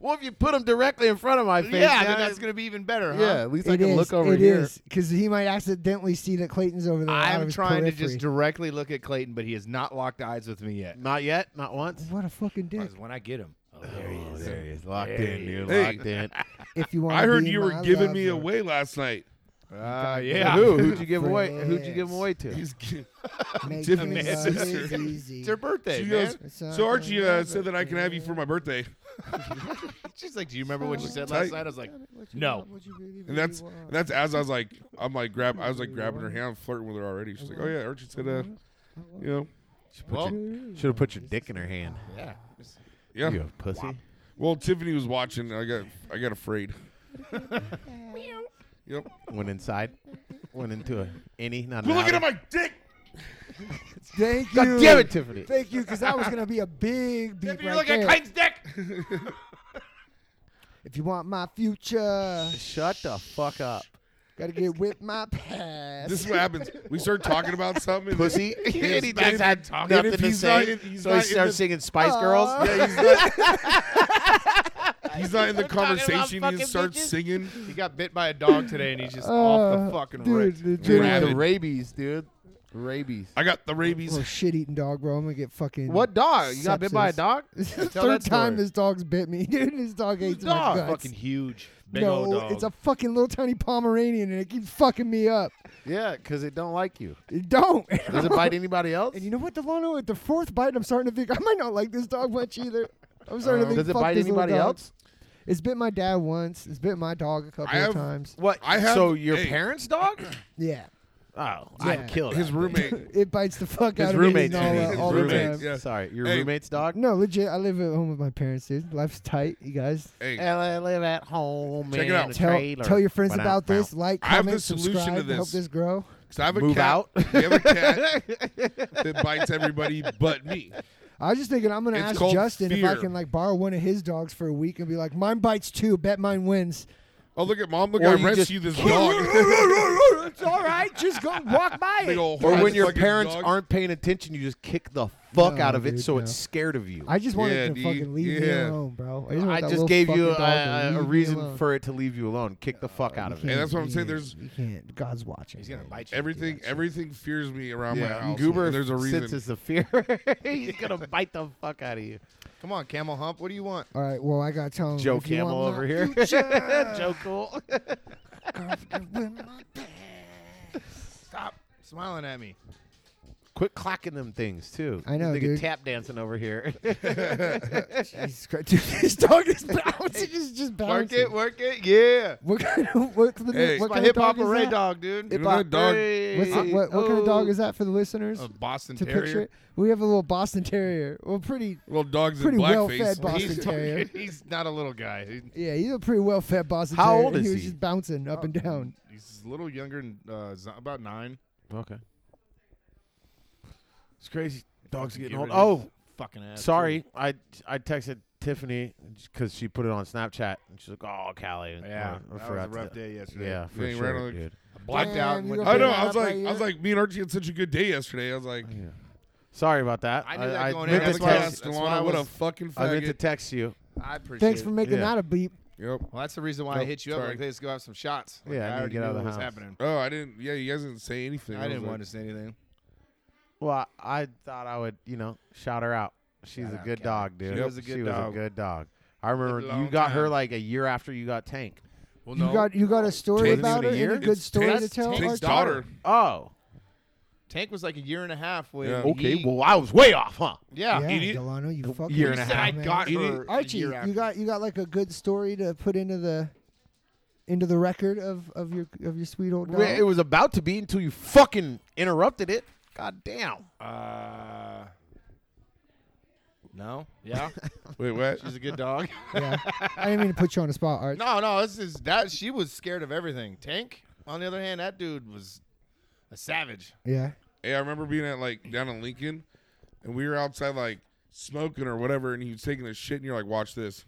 S3: well, if you put him directly in front of my face,
S2: yeah,
S3: now
S2: then that's gonna be even better, huh?
S3: yeah. At least I
S5: It
S3: can
S5: is,
S3: look over
S5: it
S3: here.
S5: because he might accidentally see that Clayton's over there. out of
S2: I'm
S5: his
S2: trying to
S5: periphery.
S2: just directly look at Clayton, but he has not locked eyes with me yet.
S3: Not yet. Not once.
S5: What a fucking dick!
S2: Because when I get him, oh, there he
S3: Oh,
S2: is.
S3: there he is. Locked
S2: There
S3: in,
S2: he
S3: dude.
S4: is.
S2: <laughs>
S3: Locked in.
S5: If you want,
S4: I heard you were giving me away last night.
S2: Ah, yeah.
S3: Who? Who'd you give away?
S5: Friends.
S3: Who'd you give him away to?
S4: He's
S5: <laughs>
S4: gi-
S5: Tiffany's
S4: Tiffany's sister.
S5: Easy.
S2: It's her birthday,
S4: she
S2: man.
S4: goes, so Archie uh, said that I can have you for my birthday.
S2: She's like, "Do you remember what you said
S4: Tight.
S2: last night?" I was like, No.
S4: And that's and that's as I was like, I'm like grab, I was like grabbing her hand, I'm flirting with her already. She's like, oh yeah, Archie said, uh, you know,
S2: "Well,
S3: Should have put your dick in her hand.
S2: yeah."
S4: yeah.
S3: You a pussy.
S4: Well, Tiffany was watching. and I got I got afraid. yep.
S3: Went inside. Went into a any. Not
S4: Quit
S3: an
S4: looking
S3: outie.
S4: at my dick.
S5: Thank you.
S3: God damn it, Tiffany.
S5: Thank you, because that was gonna be a big beat
S2: If you
S5: right
S2: look
S5: there.
S2: at Clayton's dick,
S5: if you want my future,
S3: Shut the fuck up,
S5: gotta get with my
S3: <laughs>
S5: past.
S4: This is what happens. We start talking about something. and-
S5: <laughs>
S3: pussy. and he
S4: back
S3: just had
S4: talking.
S3: nothing
S4: And if
S3: to
S4: he's not
S3: say,
S4: in- he's
S3: so
S4: not
S3: he
S4: in
S3: starts
S4: the-
S3: singing Spice Girls.
S4: Yeah, he's not, he's not
S3: <laughs>
S4: in the conversation. He
S3: fucking
S4: just starts
S3: bitches.
S4: singing.
S2: he got bit by a dog today, and he's just off the
S5: Uh,
S2: fucking
S5: dude,
S2: rip.
S5: legit-
S4: Rabid.
S3: The rabies, dude. Rabies.
S4: I got the
S5: little
S4: rabies.
S5: shit-eating dog, bro. I'm gonna get fucking. <laughs>
S3: What dog? You got bit by a
S5: Sepsis.
S3: dog?
S5: This is the
S3: Tell
S5: <laughs> third
S3: that story.
S5: time this dog's bit me, <laughs> dude. This dog hates
S3: dog?
S5: my guts.
S2: Fucking huge, big
S5: no,
S2: old dog.
S5: it's a fucking little tiny Pomeranian, and it keeps fucking me up.
S3: Yeah, because it don't like you.
S5: It don't. <laughs>
S3: Does it bite anybody else?
S5: And you know what, Delano? At the fourth bite, I'm starting to think I might not like this dog much either. I'm starting to think.
S3: Uh, Does it
S5: fuck
S3: bite
S5: this little
S3: anybody
S5: dog.
S3: else?
S5: It's bit my dad once. It's bit my dog a couple
S4: I
S5: of
S4: have-
S5: times.
S3: What?
S4: I have-
S3: so your
S4: hey.
S3: parents' dog?
S5: Yeah,
S3: Oh, I'd kill
S4: His
S3: that. <laughs>
S4: roommate.
S5: it bites the fuck
S3: His
S5: out
S3: roommate's
S5: of me. and
S3: name.
S5: All,
S4: His
S5: all
S4: roommate's-
S5: the time.
S4: yeah.
S3: Sorry, your
S4: Hey.
S3: roommate's dog.
S5: No, legit. I live at home with my parents, dude. Life's tight, you guys.
S4: Hey,
S3: I live at home.
S4: Check it
S3: in
S4: out.
S3: a
S5: Tell,
S3: trailer.
S5: tell your friends
S3: Wow,
S5: about
S3: wow.
S5: this. Like,
S4: I have
S5: comment,
S4: the solution to
S5: subscribe. Help
S4: this.
S5: this grow.
S4: So I have a
S3: Move
S4: cat.
S3: out.
S4: We
S3: <laughs>
S4: have a cat that bites everybody but me.
S5: I was just thinking I'm gonna
S4: It's
S5: ask
S4: called
S5: Justin if I
S4: fear.
S5: can like borrow one of his dogs for a week and be like, mine bites too. Bet
S4: <laughs>
S5: mine wins.
S4: Oh, look at mom. Look,
S3: Or
S4: I
S3: you just- <laughs>
S4: rescued this dog.
S5: it's all right. Just <laughs> go walk by
S4: <laughs> Big old
S3: Or
S4: hard
S3: when your
S4: fucking
S3: parents
S4: dog.
S3: aren't paying attention, you just kick the fuck
S5: No,
S3: out of it,
S5: dude,
S3: so
S5: no.
S3: it's scared of you.
S5: I just wanted
S4: Yeah,
S5: to
S4: dude.
S5: fucking leave me
S4: Yeah.
S5: alone, bro. I just, want
S3: I
S5: that
S3: just
S5: little
S3: gave you
S5: fucking dog to
S3: a, a
S5: leave me
S3: reason
S5: alone.
S3: for it to leave you alone. Kick the fuck out of
S5: You
S3: it.
S4: And that's what I'm
S5: can't-
S4: saying, there's-
S5: you can't. God's watching.
S2: He's gonna
S5: dude.
S2: bite you.
S4: Everything, everything fears me around my house.
S3: Goober
S4: There's a reason.
S3: senses <laughs> the fear. He's
S5: <laughs>
S3: gonna bite the fuck out of you.
S2: Come on, Camel Hump. What do you want?
S5: All right. Well, I got to tell him.
S3: Joe
S5: if you want
S3: Camel
S5: my
S3: over
S5: <laughs>
S3: here. <laughs> Joe Cool.
S2: Stop smiling at me.
S3: Quit clacking them things too.
S5: I know,
S3: They
S5: dude.
S3: tap dancing over <laughs> here.
S5: Jesus Christ, dude, <laughs> this dog is bouncing. It's just
S2: Work
S5: bouncing.
S2: it, work it. Yeah.
S5: What kind of what, for the,
S4: Hey,
S5: what
S4: it's
S2: My
S5: kind
S2: hip
S5: of
S2: hop
S5: dog is
S2: array
S5: that?
S2: dog, dude.
S4: You know that dog?
S5: What's that, what, what kind of
S3: oh.
S5: dog is that for the listeners
S2: A Boston
S5: to
S2: Terrier.
S5: picture? It? We have a little Boston Terrier. Well, pretty.
S4: Little dogs
S5: Pretty
S4: in blackface.
S5: well-fed Boston
S2: He's, <laughs>
S5: Terrier.
S2: he's not a little guy. He-
S5: Yeah, he's a pretty well-fed Boston
S3: How
S5: Terrier.
S3: old
S5: and
S3: is
S5: he was
S3: he?
S5: just bouncing up
S2: Oh,
S5: and
S2: mm,
S5: down.
S2: He's a little younger, than, uh, z- about nine.
S3: Okay. It's crazy. Dogs
S2: Fucking
S3: getting
S2: get
S3: old.
S2: rid of
S3: Oh,
S2: his fucking ass.
S3: sorry. I I texted Tiffany because she put it on Snapchat, and she's like, "Oh, Callie." and-
S2: Yeah,
S3: I, I
S2: that was a
S3: forgot
S2: rough
S3: to-
S2: day yesterday.
S3: Yeah, for
S4: Yeah, he ran
S3: sure,
S4: on the-
S3: dude.
S2: I blacked
S5: Damn,
S2: out. And
S5: you
S2: went
S5: gonna
S4: I
S2: to
S4: know.
S2: bed.
S4: I was
S5: Right
S4: like, I
S3: uh,
S4: was
S5: here.
S4: like, me and Archie had such a good day yesterday. I was like,
S3: Yeah. Sorry about that.
S2: I knew that going in.
S3: meant
S4: man,
S3: to
S2: That's
S4: that's
S2: why I
S3: text-
S2: was- that's why I
S4: what a
S2: was-
S4: fucking
S3: I meant to
S4: faggot.
S3: text you.
S2: I appreciate
S5: Thanks for
S2: it.
S5: making
S3: Yeah.
S5: that a beep.
S4: Yep.
S2: Well, that's the reason why I
S4: Nope,
S2: hit you up.
S4: sorry.
S2: Like, hey, let's go have some shots. Like,
S3: Yeah, I need
S2: I
S3: to
S2: already
S3: get
S2: knew
S3: out of
S2: what
S3: the
S2: was
S3: house.
S2: happening.
S4: Oh, I didn't. Yeah, you guys didn't say anything.
S2: I
S4: was
S2: didn't
S4: like-
S2: want to say anything.
S3: Well, I thought I would, you know, shout her out. She's
S2: Shout
S3: a
S2: out
S3: good
S2: Callie.
S3: dog,
S2: She
S3: dude.
S2: was a good dog.
S3: good dog. I remember
S4: long
S3: you got her
S4: time.
S3: like a year after you got Tank.
S2: Well,
S5: You got you got a story
S3: Tank-
S5: about her?
S3: Tank-
S5: Any good
S4: It's
S5: story to
S4: Tank's-
S5: tell?
S4: Tank's
S5: Archie?
S4: daughter.
S3: Oh,
S2: Tank was like a year and a half when.
S4: Yeah.
S3: okay.
S2: he-
S3: well, I was way off, huh?
S2: yeah.
S5: Yeah,
S4: idiot.
S5: Delano, you
S3: A
S5: fucking
S3: year and a
S2: He said I
S5: dumbass.
S2: got
S4: Idiot.
S2: her. a
S5: Archie,
S2: year
S5: you
S2: after.
S5: got you got like a good story to put into the into the record of of your of your sweet old dog.
S3: Well, It was about to be until you fucking interrupted it. God damn.
S2: Uh, no. Yeah.
S5: <laughs>
S4: Wait, what?
S2: She's a good dog.
S5: yeah. I didn't mean to put you on the spot, Arch.
S2: no, no. This is that. She was scared of everything. Tank, on the other hand, that dude was a savage.
S5: Yeah.
S4: Hey, I remember being at like down in Lincoln, and we were outside like smoking or whatever, and he was taking a shit, and you're like, "Watch this,"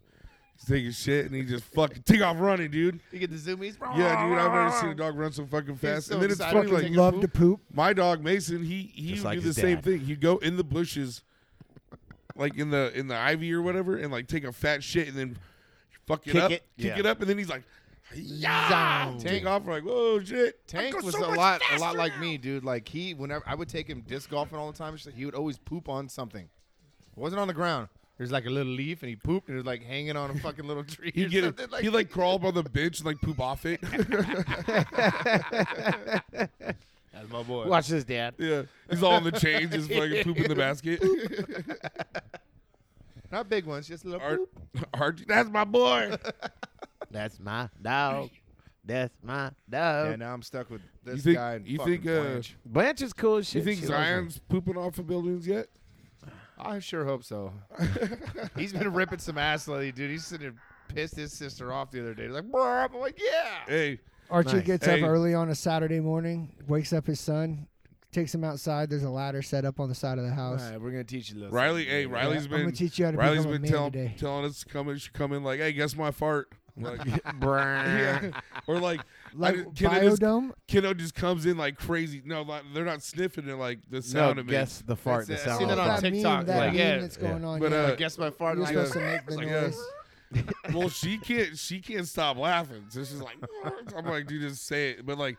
S4: He's taking shit and he just fucking take off running, dude.
S2: You get the zoomies.
S4: Yeah, dude, I've never seen a dog run so fucking fast.
S2: so
S4: and then it's
S2: excited
S4: funny,
S2: when
S4: like
S2: they get
S5: Love to poop.
S4: my dog Mason, he he
S3: Just
S4: would
S3: like
S4: do the
S3: his
S4: same
S3: dad.
S4: thing. He'd go in the bushes, like in the in the ivy or whatever, and like take a fat shit and then fuck it
S3: Kick
S4: up,
S3: it,
S4: kick
S3: yeah.
S4: it up, and then he's like, yeah,
S2: Zow.
S4: take off. We're like, whoa, shit. I
S2: Tank
S4: go
S2: was
S4: so
S2: a lot,
S4: much
S2: a lot
S4: faster
S2: like
S4: now."
S2: me, dude. Like he, whenever I would take him disc golfing all the time, it's like he would always poop on something. It wasn't on the ground. There's like a little leaf, and he pooped, and it was like hanging on a fucking little <laughs> tree.
S4: He'd
S2: or
S4: get
S2: something
S4: it. He'd like crawl up on the bench and like poop off it. <laughs>
S2: That's my boy.
S3: Watch this, Dad.
S4: yeah, he's all in the chain, just fucking poop in the basket.
S2: Not big ones, just a little.
S4: Ar-
S2: poop.
S4: Archie, that's my boy.
S3: That's my dog. That's my dog.
S2: Yeah, now I'm stuck with this
S4: You think-
S2: guy. And
S4: you
S2: fucking
S4: think, uh,
S2: Blanche.
S3: Blanche is cool as
S4: You
S3: shit.
S4: think
S3: She loves him.
S4: Zion's pooping off of buildings yet?
S2: I sure hope <laughs> so. He's been ripping some ass lately, dude. He's sitting there pissed his sister off the other day. He's like, "Bruh." I'm like, yeah.
S4: Hey,
S5: Archie
S3: Nice.
S5: gets
S4: Hey.
S5: up early on a Saturday morning, wakes up his son, takes him outside. There's a ladder set up on the side of the house.
S6: we're gonna teach you a little.
S4: Riley. Hey,
S5: Yeah,
S4: Riley's
S5: I'm
S4: been.
S5: gonna teach you how to
S4: Riley's
S5: become a
S4: been
S5: man
S4: telling
S5: today.
S4: telling us coming. She come in like, hey, guess my fart. I'm Like, <laughs> yeah. Or like,
S5: Like
S4: I just, kiddo, just,
S5: biodome.
S4: kiddo just comes in like crazy. No, like, they're not sniffing. They're like the
S3: No,
S4: sound of
S3: guess the fart. The
S2: That's it. I
S3: sound
S2: seen
S3: of
S2: that
S3: the
S2: on
S3: fart.
S5: that
S2: TikTok,
S5: Meme, that
S2: like,
S5: meme
S2: yeah.
S5: that's
S3: Oh, Yeah.
S5: going on.
S4: But,
S5: yeah.
S4: uh,
S2: I guess my fart.
S5: You're
S2: like,
S5: supposed
S2: uh,
S5: to
S2: <laughs>
S5: make the
S4: like, uh,
S5: noise.
S4: it. Well, she can't. She can't stop laughing. So she's like, I'm like, dude, just say it. But like,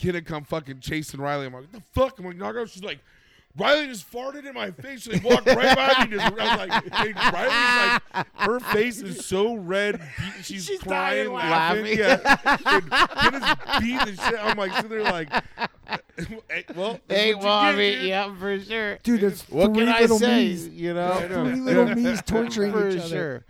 S4: kiddo come fucking chasing Riley. I'm like, the fuck. I'm like, knockout. She's like. Riley just farted in my face. She like, walked right by me. Just, I was like, hey, Riley's like, her face is so red. be- She's, crying,
S3: dying laughing.
S4: laughing. Yeah. And Kiddo's beating the shit. I'm like, so they're like, <laughs> hey, well, that's
S3: Hey,
S4: what you
S3: well, I
S4: get,
S3: mean,
S4: dude.
S3: yeah, for sure.
S5: Dude, there's
S3: What
S5: three
S3: can I
S5: little
S3: say? <laughs>
S5: me's.
S3: You know,
S5: Three
S3: <laughs>
S5: little me's torturing
S3: for
S5: each other.
S3: sure,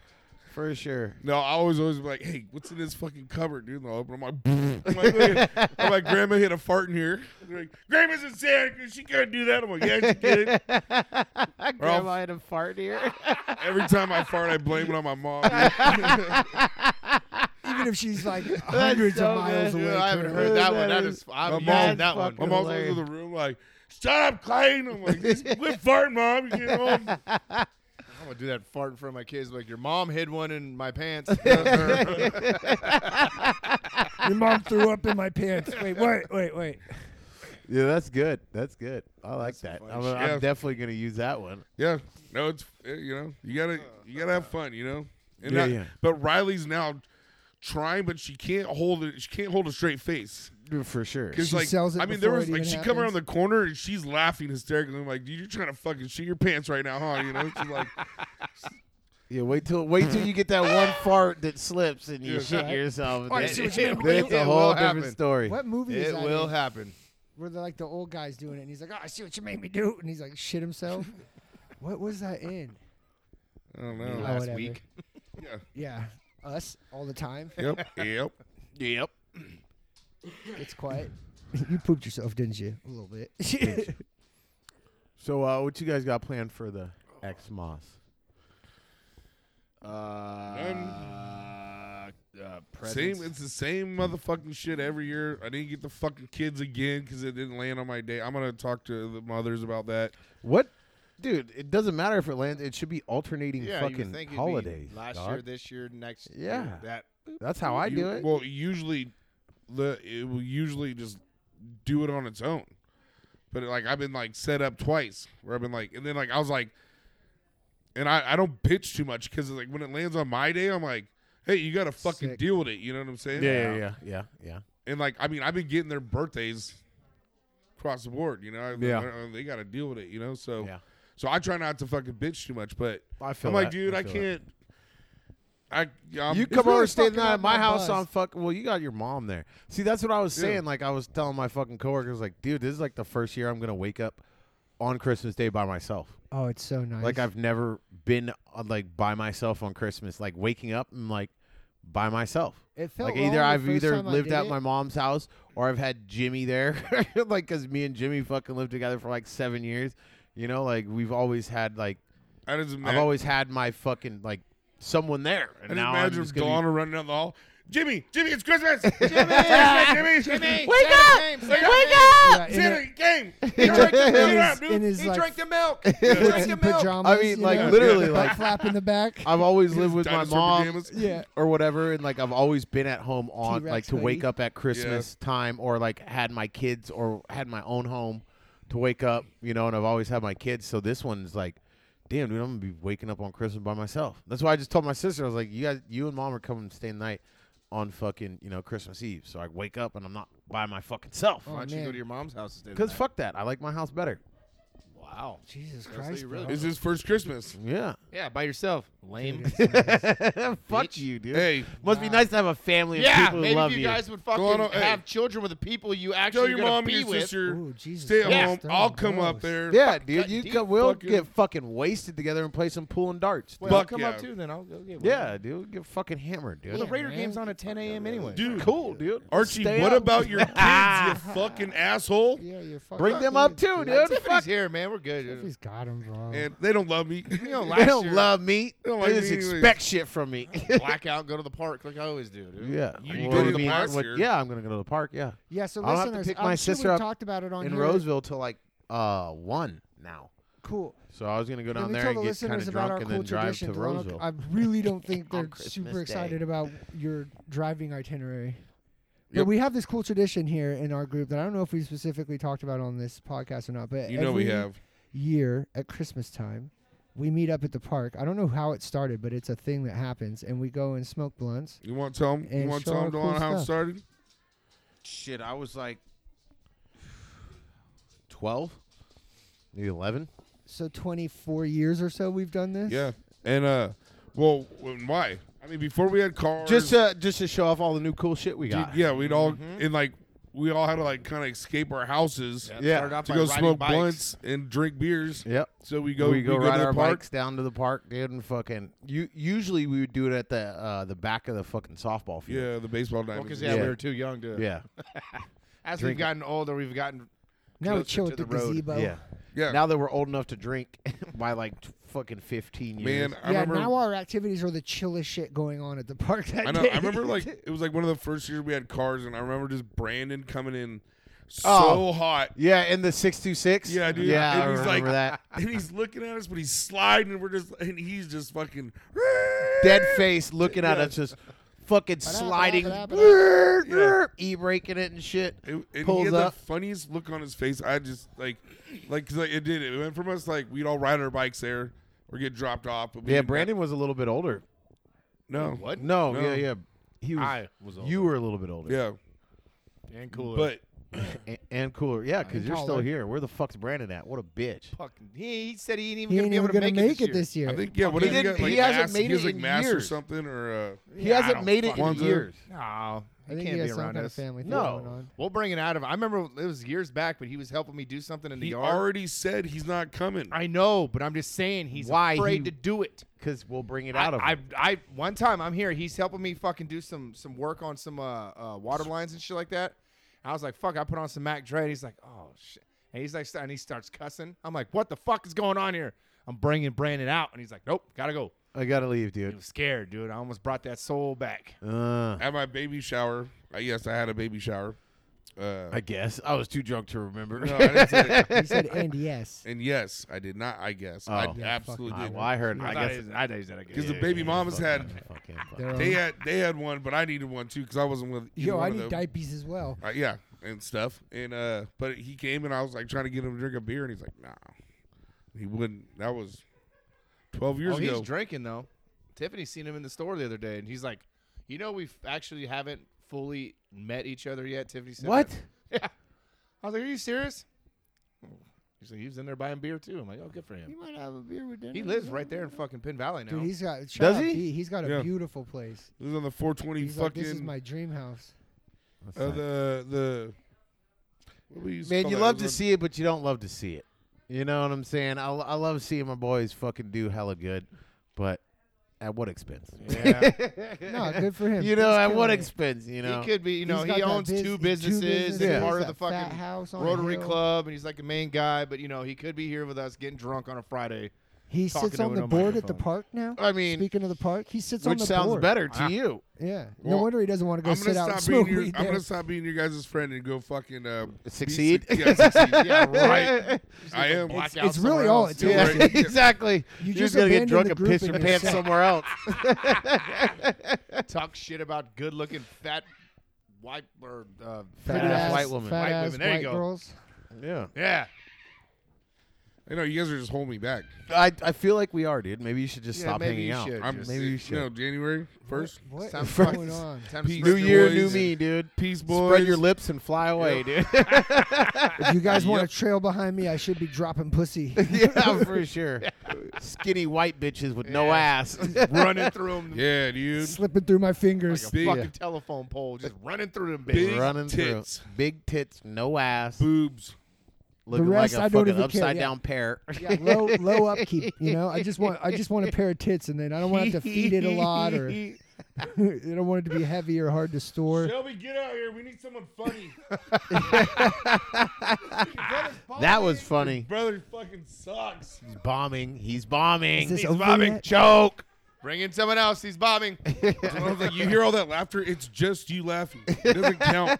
S3: for sure.
S4: No, I always always be like, hey, what's in this fucking cupboard, dude? And I'll open. it, <laughs> I'm like, I'm like, "Wait." I'm like, grandma hit a fart in here. They're like, Grandma's in Santa Cruz. She couldn't do that. I'm like, yeah, she
S3: <laughs> <laughs>
S4: did.
S3: Grandma had a fart here.
S4: Every time I fart, I blame it on my mom. dude.
S5: Even if she's
S3: <laughs>
S5: like hundreds
S3: so
S5: of miles
S3: good.
S5: away.
S2: Dude, I haven't
S5: Kurt.
S2: heard that, one.
S3: That
S2: That
S3: is-
S2: is, I'm
S4: My
S2: using
S4: mom-
S2: that one.
S4: my mom goes in the room like, shut up, Clayton. I'm like, "Just quit farting, mom. You get home.
S3: <laughs>
S2: I'm gonna do that fart in front of my kids. Like your mom hid one in my
S5: <laughs>
S2: pants.
S5: Your mom threw up in
S3: <laughs>
S5: my pants. Wait, wait, wait, wait.
S3: <laughs> Yeah, that's good. That's good. I like that.
S2: funny
S3: I'm,
S2: shit.
S3: I'm
S4: Yeah.
S3: definitely gonna use that one.
S4: Yeah, no, it's eh, you know you gotta you gotta have fun, you know. And
S3: Yeah,
S4: that-
S3: yeah.
S4: But Riley's now trying, but she can't hold it. She can't hold a straight face.
S3: For sure.
S4: Cause
S5: She
S4: like,
S5: sells it
S4: I mean, there
S5: before
S4: was
S5: it
S4: like
S5: even
S4: she come around
S5: happens.
S4: the corner and she's laughing hysterically. I'm like, dude, you're trying to fucking shit your pants right now, huh? You know, she's like,
S3: Yeah, wait till wait till you get <laughs> that one fart that slips and you
S4: Yeah.
S3: shit yourself.
S2: I
S3: Then- <laughs>
S2: see what you mean.
S3: then it's
S2: It
S3: a
S2: will
S3: whole
S2: happen.
S3: different story.
S5: What movie is
S2: it
S5: that?
S2: will
S5: in?
S2: happen.
S5: Where they're like the old guys doing it, and he's like, "Oh, I see what you made me do," and he's like, "Shit himself." <laughs> what was that in?
S4: I don't
S5: Oh,
S4: know.
S2: Last
S5: whatever.
S2: week.
S5: Yeah, us all the time.
S4: yep,
S5: <laughs>
S4: yep.
S6: Yep.
S5: It's quiet. <laughs> you pooped yourself, didn't you? A little <laughs> bit.
S3: So, uh, what you guys got planned for the X Moss?
S6: Uh,
S5: Ah,
S6: uh, presents.
S4: Same, it's the same motherfucking shit every year. I didn't get the fucking kids again because it didn't land on my day. I'm gonna talk to the mothers about that.
S3: What, dude? It doesn't matter if it lands. It should be alternating
S2: Yeah, you would think
S3: fucking
S2: it'd be
S3: holidays.
S2: Last
S3: dog.
S2: year, this year, next.
S3: Yeah.
S2: Year, that.
S3: That's how Oh, I
S4: You-
S3: do it.
S4: Well, usually, the it will usually just do it on its own. But like I've been like set up twice where I've been like, and then like I was like, and I I don't bitch too much because like when it lands on my day, I'm like, hey, you got to fucking
S5: Sick.
S4: deal with it. You know what I'm saying?
S3: yeah, yeah, yeah, yeah, yeah.
S4: And like I mean, I've been getting their birthdays across the board. You know, I,
S3: Yeah.
S4: they got to deal with it. You know, so
S3: Yeah.
S4: so I try not to fucking bitch too much, but
S3: I feel
S4: I'm like,
S3: that.
S4: dude, I,
S3: feel that.
S4: can't. I um, I'm,
S3: you come over,
S5: really
S3: and stay the
S5: fucking
S3: night
S5: up
S3: at my
S5: my
S3: house
S5: buzz.
S3: on fuck. Well, you got your mom there. See, that's what I was
S4: Yeah.
S3: saying. Like I was telling my fucking coworkers, like, dude, this is like the first year I'm gonna wake up on Christmas Day by myself.
S5: oh, it's so nice.
S3: Like I've never been uh, like by myself on Christmas. Like waking up and like by myself.
S5: it felt
S3: Like either
S5: wrong the
S3: I've
S5: first
S3: either
S5: time I
S3: lived
S5: did
S3: at
S5: it.
S3: my mom's house or I've had Jimmy there. <laughs> like because me and Jimmy fucking lived together for like seven years. You know, like we've always had like
S4: I just
S3: I've always had my fucking like someone there.
S4: I
S3: And
S4: just
S3: now I'm
S4: imagine
S3: just gonna be-
S4: Donna running down the hall. Jimmy, Jimmy, it's Christmas. Jimmy, Jimmy, Jimmy. Wake up, wake
S5: <laughs> Yeah,
S4: up.
S3: <laughs>
S5: in
S4: Santa,
S5: <laughs>
S4: game.
S5: In
S4: Get up,
S5: his-
S4: get up,
S5: in
S4: dude.
S5: his like
S2: the
S5: <laughs>
S2: milk.
S5: pussy pajamas.
S3: I mean,
S5: you
S3: like,
S5: know,
S3: literally,
S5: butt <laughs>
S3: like-
S5: flap in the back.
S3: I've always lived with my
S4: Dinosaur
S3: mom
S4: pajamas.
S5: Yeah.
S3: or whatever, and like I've always been at home on
S5: T-Rex
S3: like to wake
S5: hoodie.
S3: up at Christmas time or like had my kids or had my own home to wake up, you know, and I've always had my kids. So this one's like, damn, dude, I'm gonna be waking up on Christmas by myself. That's why I just told my sister, I was like, you guys, you and mom are coming to stay the night on fucking, you know, Christmas Eve. So I wake up and I'm not by my fucking self.
S5: Oh,
S2: Why don't you go
S5: man.
S2: to your mom's house instead?
S3: Cause fuck that, I like my house better.
S6: Wow.
S5: Jesus Christ,
S2: you
S5: bro.
S2: really-
S4: It's his first Christmas.
S3: <laughs> Yeah,
S2: Yeah, by yourself. Lame.
S3: fuck you, dude.
S4: Hey,
S3: Must be nice to have a family of
S7: Yeah,
S3: people who
S7: maybe
S3: love
S7: if you
S3: you.
S7: guys would fucking
S4: on, hey.
S7: have children with the people you
S4: tell
S7: actually
S4: your
S7: gonna
S4: mom,
S7: be
S4: your
S7: with.
S4: sister,
S5: Ooh, Jesus
S4: stay at
S5: Christ,
S4: home.
S5: don't
S4: I'll come
S5: gross.
S4: up there.
S3: Yeah, dude, you
S7: deep,
S3: co- we'll
S4: fucking-
S3: get fucking wasted together and play some pool and darts. Dude.
S4: Well,
S2: I'll
S4: Fuck
S2: come
S4: yeah.
S2: up too. Then I'll go get. one.
S3: yeah, dude, we'll get fucking hammered, dude.
S2: Well, the
S5: Yeah,
S2: Raider
S5: man.
S2: game's on at 10 a.m. anyway.
S4: Dude,
S3: Cool, dude.
S4: Archie,
S3: Stay
S4: what
S3: up.
S4: about
S5: <laughs>
S4: your kids, you fucking asshole?
S5: Yeah, you're fucking.
S3: Bring them up too,
S2: Yeah,
S3: dude.
S2: Tiffany's
S3: Fuck.
S2: here, man. We're good. Dude.
S5: He's got him, bro.
S4: And they don't love me.
S2: You know,
S3: <laughs>
S5: <laughs>
S3: They
S2: last
S3: don't
S2: year,
S3: love me. They,
S4: They don't like
S3: just
S4: me anyways.
S3: expect shit from me.
S2: black out, go to the park like I always do. Dude.
S3: <laughs> yeah,
S4: You
S3: Well,
S4: go to
S3: I
S4: the
S3: mean,
S4: park
S3: what-
S4: here.
S3: Yeah, I'm gonna go to the park. Yeah,
S5: Yeah, so
S3: I'll have to
S5: listeners,
S3: pick
S5: I'm
S3: my
S5: sure
S3: sister
S5: we
S3: up
S5: talked about it on
S3: in
S5: here.
S3: Roseville till like uh one now.
S5: Cool.
S3: So I was gonna go
S5: Can
S3: down
S5: we
S3: there
S5: tell
S3: and
S5: the
S3: get kind
S5: listeners
S3: of
S5: about our
S3: drunk and
S5: cool
S3: then drive
S5: tradition?
S3: to
S5: Delano?
S3: Roseville.
S5: I really don't think
S3: <laughs> On
S5: they're
S3: Christmas
S5: super
S3: Day.
S5: excited about your driving itinerary. But
S4: Yep.
S5: we have this cool tradition here in our group that I don't know if we specifically talked about on this podcast or not. But
S4: You know
S5: every
S4: we have.
S5: year at Christmas time, we meet up at the park. I don't know how it started, but it's a thing that happens, and we go and smoke blunts.
S4: You want to tell them? You
S5: And
S4: want to
S5: show
S4: tell
S5: her
S4: them
S5: cool
S4: how it
S5: stuff.
S4: started?
S3: Shit, I was like twelve, maybe eleven.
S5: So 24 years or so we've done this.
S4: Yeah. And uh, well, and why? I mean, before we had cars,
S3: Just to just to show off all the new cool shit we
S4: dude,
S3: got.
S4: yeah, we'd all
S2: Mm-hmm.
S4: and like we all had to like kind of escape our houses
S3: Yeah.
S2: Started off
S4: to
S2: by
S4: go
S2: riding
S4: smoke
S2: bikes.
S4: blunts and drink beers.
S3: Yep.
S4: So we go
S3: we go ride
S4: to the
S3: our
S4: park.
S3: bikes down to the park, dude, and fucking. You usually we would do it at the uh, the back of the fucking softball field.
S4: Yeah, the baseball
S2: Well,
S4: diamond.
S2: 'cause, yeah,
S3: Yeah.
S2: we were too young to.
S3: Yeah,
S2: As
S3: Drink
S2: we've
S3: it.
S2: gotten older, we've gotten.
S5: Now we
S2: Closer
S5: chill
S2: to
S5: at the,
S2: the road.
S5: gazebo.
S3: yeah.
S4: yeah.
S3: Now that we're old enough to drink, <laughs> by like t- fucking fifteen years.
S4: man, I
S5: yeah,
S4: remember.
S5: now our activities are the chillest shit going on at the park that
S4: I know.
S5: day.
S3: <laughs>
S4: I
S5: <laughs>
S4: remember like it was like one of the first years we had cars, and I remember just Brandon coming in so
S3: Oh.
S4: hot.
S3: yeah, in the six two six.
S4: Yeah, dude.
S3: Yeah,
S4: and
S3: I
S4: he's
S3: remember
S4: like,
S3: that.
S4: And he's looking at us, but he's sliding, and we're just, and he's just fucking
S3: Dead
S4: <laughs>
S3: face looking at
S4: Yeah.
S3: us, just fucking sliding, e braking it and shit.
S4: It, and he
S3: pulls
S4: had
S3: up.
S4: the funniest look on his face. I just like, like, 'cause, like, it did. It went from us like we'd all ride our bikes there or get dropped off. But we
S3: yeah,
S4: didn't-
S3: Brandon was a little bit older.
S4: No.
S3: No,
S4: No.
S3: yeah, yeah. He was.
S2: I was older.
S3: You were a little bit older.
S4: Yeah,
S2: And cooler.
S4: but
S3: A- and cooler. Yeah, because you're still
S5: taller.
S3: here. Where the fuck's Brandon at? What a bitch.
S2: fucking, he, he said he ain't even
S5: he
S2: going to be
S5: ain't even
S2: able to
S5: gonna
S2: make,
S5: make it
S2: year.
S5: this year.
S4: I think yeah. What
S3: He
S4: did he
S3: didn't-
S4: get? Like,
S3: he hasn't
S4: ass-
S3: made
S4: he has,
S3: it
S4: like
S3: in
S4: mass or
S3: years.
S4: something or uh,
S3: He
S2: Yeah, I
S3: hasn't
S2: don't
S3: made it in
S4: fucking-
S3: years.
S2: No,
S5: I
S2: he
S5: think
S2: can't
S5: he
S2: be
S5: has some
S2: around
S5: kind of
S2: us.
S5: family thing
S3: No.
S5: going on.
S2: We'll bring it out of. I remember it was years back, but he was helping me do something in the
S4: he
S2: yard.
S4: already said he's not coming.
S2: I know, but I'm just saying he's
S3: Why
S2: afraid to
S3: he-
S2: do it.
S3: Because we'll bring it
S2: I,
S3: out of
S2: I,
S3: him.
S2: I, one time I'm here. He's helping me fucking do some some work on some uh, uh water lines and shit like that. I was like, fuck. I put on some Mac Dre. And he's like, oh shit. And he's like, st- and he starts cussing. I'm like, what the fuck is going on here? I'm bringing Brandon out, and he's like, nope, gotta go.
S3: I gotta leave,
S2: He
S3: dude.
S2: was scared, dude. I almost brought that soul back.
S3: Uh,
S4: At my baby shower, I, yes, I had a baby shower. Uh,
S3: I guess I was too drunk to remember.
S4: <laughs> no, I didn't say-
S5: <laughs> He said, and yes.
S4: and yes, I did not. I guess
S3: Oh.
S4: I
S3: Yeah, fuck
S4: absolutely
S3: Ah,
S4: did.
S3: well, I heard. I,
S2: I,
S3: guess
S2: guess I thought he said I guess.
S4: Because the baby mamas had,
S3: <laughs> Fucking fuck.
S5: They're
S4: they
S5: all-
S4: had, they had one, but I needed one too because I wasn't with. either
S5: Yo,
S4: one
S5: I
S4: of
S5: need
S4: them.
S5: diapers as well.
S4: Uh, yeah, and stuff. And uh, but he came and I was like trying to get him to drink a beer, and he's like, "Nah, he wouldn't." That was twelve years
S2: oh,
S4: ago.
S2: he's drinking though. Tiffany seen him in the store the other day, and he's like, "You know, we actually haven't fully met each other yet." Tiffany said,
S3: What?
S2: that. Yeah. I was like, "Are you serious?" He's like, "He was in there buying beer too." I'm like, "Oh, good for him."
S5: might have a beer with dinner.
S2: He lives right there in fucking Pin Valley now.
S5: Dude, he's got. Shout
S3: Does
S5: out
S3: he?
S5: B, He's got a
S4: Yeah.
S5: beautiful place.
S4: This is on the four twenty
S5: He's like, this is
S4: fucking
S5: my dream house.
S4: uh, the the. What we used to
S3: Man,
S4: call
S3: you
S4: that?
S3: love
S4: It
S3: to
S4: was
S3: see it, but you don't love to see it. You know what I'm saying? I, I love seeing my boys fucking do hella good, but at what expense?
S2: yeah.
S5: No, good for
S3: <laughs>
S5: him.
S3: you know,
S5: He's
S3: at what
S5: killing it.
S3: expense? You know,
S2: he could be. You know,
S5: He's got
S2: he
S5: that
S2: owns
S5: bus-
S2: two businesses.
S5: businesses,
S2: He's
S3: Yeah.
S2: part of the
S5: that fat
S2: fucking
S5: house on a
S2: Rotary
S5: hill.
S2: Club, and he's like the main guy. But you know, he could be here with us getting drunk on a Friday.
S5: He
S2: talking
S5: sits
S2: to
S5: on
S2: it
S5: the
S2: on
S5: board at the
S2: microphone.
S5: park now.
S3: I mean,
S5: <laughs>
S2: <laughs>
S5: Speaking of the park, he sits on
S3: which
S5: the
S3: sounds <laughs>
S5: board.
S3: better to you?
S5: Yeah. No
S4: Well,
S5: wonder he doesn't want to go
S4: I'm
S5: sit
S4: gonna
S5: out and
S4: stop
S5: smoke
S4: being your,
S5: weed.
S4: I'm
S5: there.
S4: gonna stop being your guys' friend and go fucking uh, be
S3: Succeed?
S4: suc- yeah, succeed.
S5: <laughs>
S4: Yeah, right. I am.
S2: Black
S5: it's
S2: out
S5: really
S2: somewhere
S5: all
S2: else.
S5: it
S4: You're
S3: Yeah,
S5: takes. <laughs>
S3: <laughs>
S4: right.
S3: exactly. You're
S5: just
S3: just gonna get
S5: abandon
S3: drunk
S5: the
S3: and
S5: group
S3: piss
S5: and
S3: your
S5: you're
S3: pants
S5: set.
S3: somewhere else. <laughs>
S6: Talk shit about good-looking fat white or uh,
S3: Pretty
S5: Fat
S3: ass
S5: ass
S3: white woman.
S5: Fat
S6: White
S5: ass
S6: women, there you go.
S5: white girls.
S3: yeah,
S6: yeah.
S4: I know you guys are just holding me back.
S3: I, I feel like we are, dude. Maybe you should just
S6: Yeah,
S3: stop
S6: maybe
S3: hanging
S6: you
S3: out.
S6: should.
S4: I'm
S6: Just-
S3: Maybe you should.
S4: No, January first.
S5: What <laughs>
S2: Time
S5: is
S2: for- <laughs>
S5: going on?
S2: Time to
S4: Peace.
S2: spread
S3: New
S2: your
S3: year,
S2: boys.
S3: new
S4: boys.
S3: me, dude.
S4: Peace, boys.
S3: Spread your lips and fly away,
S4: <laughs>
S3: dude. <laughs>
S5: If you guys want to trail behind me, I should be dropping pussy.
S3: yeah, for sure. Skinny white bitches with no
S6: Yeah.
S3: ass.
S4: <laughs>
S3: <laughs>
S6: running through them
S4: Yeah, dude.
S5: Slipping through my fingers.
S6: like a
S4: Big-
S6: fucking telephone pole, just running through them
S4: Big
S6: bitches.
S3: Running
S4: tits.
S3: through. Big tits, no ass.
S4: Boobs.
S3: Looking
S5: rest
S3: like a
S5: I don't
S3: fucking
S5: even care,
S3: upside
S5: yeah.
S3: down pear.
S5: Yeah, low low upkeep. You know, I just want I just want a pair of tits, and then I don't want to have to feed it a lot, or <laughs> I don't want it to be heavy or hard to store.
S4: Shelby, get out here. We need someone <laughs> funny.
S3: That was funny.
S4: Brother fucking sucks.
S3: He's <laughs> bombing. He's bombing.
S5: Is this
S3: He's
S5: over
S3: bombing.
S5: yet?
S3: Choke.
S6: Bring in someone else. He's bombing.
S4: I was like, you hear all that laughter? It's just you laughing. It doesn't count.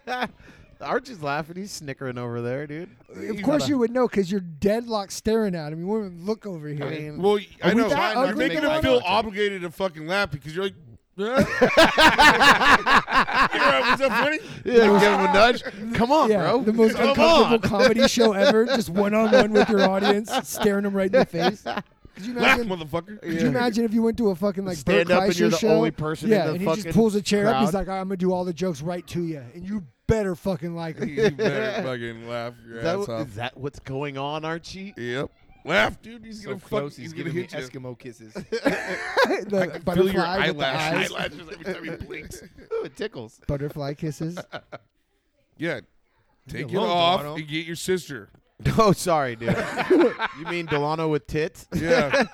S3: Archie's laughing. He's snickering over there, dude.
S5: Of course, you would know because you're deadlocked staring at him. You wouldn't look over here.
S3: I mean,
S4: Well, I
S5: Are we
S4: know.
S5: that
S4: You're
S5: ugly
S4: making
S5: now?
S4: him feel obligated to fucking laugh because you're like, eh? You're like, "What's up, funny?
S3: <laughs> yeah, give him a nudge.
S4: <laughs>
S3: Come on,
S5: yeah,
S3: bro.
S5: the most
S3: Come
S5: uncomfortable
S3: on.
S5: comedy show ever. Just one on one with your audience, staring them right in the face. Could you
S4: Laugh,
S5: imagine?
S4: motherfucker.
S5: Could you imagine if you went to a fucking like
S3: Stand
S5: Bert
S3: up and
S5: Kreischer
S3: you're the
S5: show?
S3: only person in
S5: yeah,
S3: the
S5: and he
S3: fucking
S5: just pulls a chair up. He's
S3: crowd.
S5: like, "All right, I'm gonna do all the jokes right to you, and you better fucking
S3: <laughs>
S5: like <laughs> it."
S4: <laughs> You better fucking laugh your
S3: Is that,
S4: ass
S3: what-
S4: off.
S3: is that what's going on, Archie?
S4: Yep. Laugh, dude. He's
S6: So
S4: gonna
S6: close,
S4: fuck.
S6: he's,
S4: He's, gonna
S6: giving me
S4: hit you.
S6: Eskimo
S3: <laughs>
S4: <laughs>
S6: kisses.
S5: The
S4: Feel your
S5: butterfly with the eyes.
S4: eyelashes. eyelashes every time he blinks.
S6: Ooh, it tickles.
S3: <laughs>
S5: butterfly kisses.
S4: Yeah. Take it
S6: Delano.
S4: off and get your sister.
S3: <laughs> Oh, sorry, dude. you mean Delano with tits?
S4: Yeah.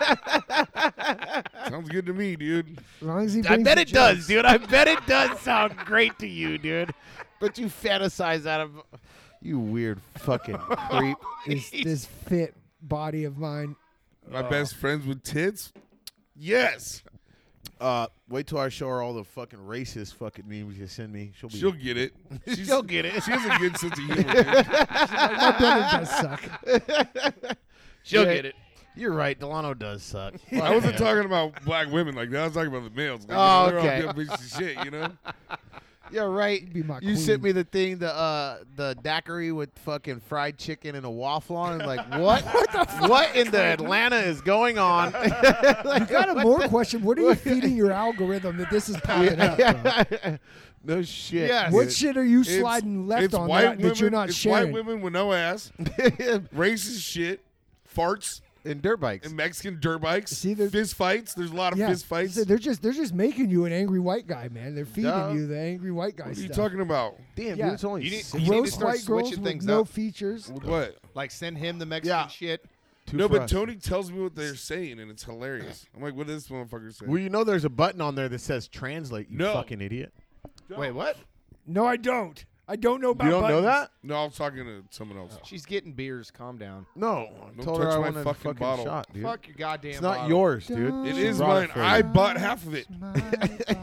S4: Sounds good to me, dude.
S5: As long as he
S3: I
S5: brings
S3: bet
S5: the
S3: it does,
S5: jokes.
S3: dude. I bet it does sound great to you, dude. But you fantasize out of you weird fucking creep. <laughs>
S5: This, this fit body of mine.
S4: My best friends with tits. Yes.
S3: Uh, wait till I show her all the fucking racist fucking memes you send me. She'll be
S4: She'll get it. She's,
S3: She'll get it.
S4: She has a good sense of humor. Dude.
S5: My brother
S3: <laughs>
S5: does suck.
S6: She'll
S3: Yeah.
S6: get it.
S3: You're right. Delano does <laughs> suck.
S4: I wasn't talking about black women like that. I was talking about the males. Like,
S3: Oh,
S4: you know,
S3: okay.
S4: They're all good pieces of shit, you know?
S3: You're right.
S5: be my
S3: you sent
S5: queen.
S3: me the thing, the uh, the daiquiri with fucking fried chicken and a waffle on. it. like,
S5: <laughs>
S3: what? what, in the Atlanta is going on?
S5: You got a more question. What
S3: <laughs>
S5: are you feeding your algorithm that this is popping up? Bro?
S3: no shit.
S6: Yes.
S5: What shit are you
S4: It's-
S5: sliding left
S4: it's
S5: on
S4: white
S5: that, that you're
S4: women-
S5: not
S4: it's
S5: sharing?
S4: white women with no ass, racist shit, farts,
S3: In dirt bikes.
S4: and Mexican dirt bikes.
S5: See, they're-
S4: fist fights. There's a lot of
S5: yeah,
S4: fist fights.
S5: so they're just they're just making you an angry white guy, man. They're feeding
S3: Duh.
S5: you the angry white guy
S4: what are you
S5: stuff.
S4: talking about?
S3: Damn,
S5: Yeah.
S3: dude, it's only
S6: You need-
S3: six-
S6: you need to
S5: Gross
S6: start
S5: white girls
S6: switching
S5: with
S6: things
S5: no
S6: up.
S5: features.
S4: What?
S6: Like send him the Mexican
S3: Yeah.
S6: shit.
S3: two
S4: No,
S3: for
S4: but
S3: us.
S4: Tony tells me what they're saying, and it's hilarious. I'm like, what did this motherfucker say?
S3: Well, you know, there's a button on there that says "Translate." You
S4: No.
S3: fucking idiot.
S6: Wait, what?
S5: No, I don't. I don't know about.
S3: you don't know
S5: buttons.
S3: that?
S4: no, I was talking to someone else.
S5: Oh.
S6: She's getting beers. Calm down.
S3: No. I
S4: Don't
S3: told her
S4: touch
S3: I
S4: my
S3: wanted a
S4: fucking
S3: fucking
S4: bottle.
S3: shot, dude.
S6: Fuck your goddamn.
S3: It's not
S6: bottle.
S3: yours, dude.
S5: Don't
S4: It
S3: She
S4: is
S3: brought
S4: mine.
S3: it for
S4: I
S3: you.
S4: bought half of it.
S5: My
S3: <laughs> Well,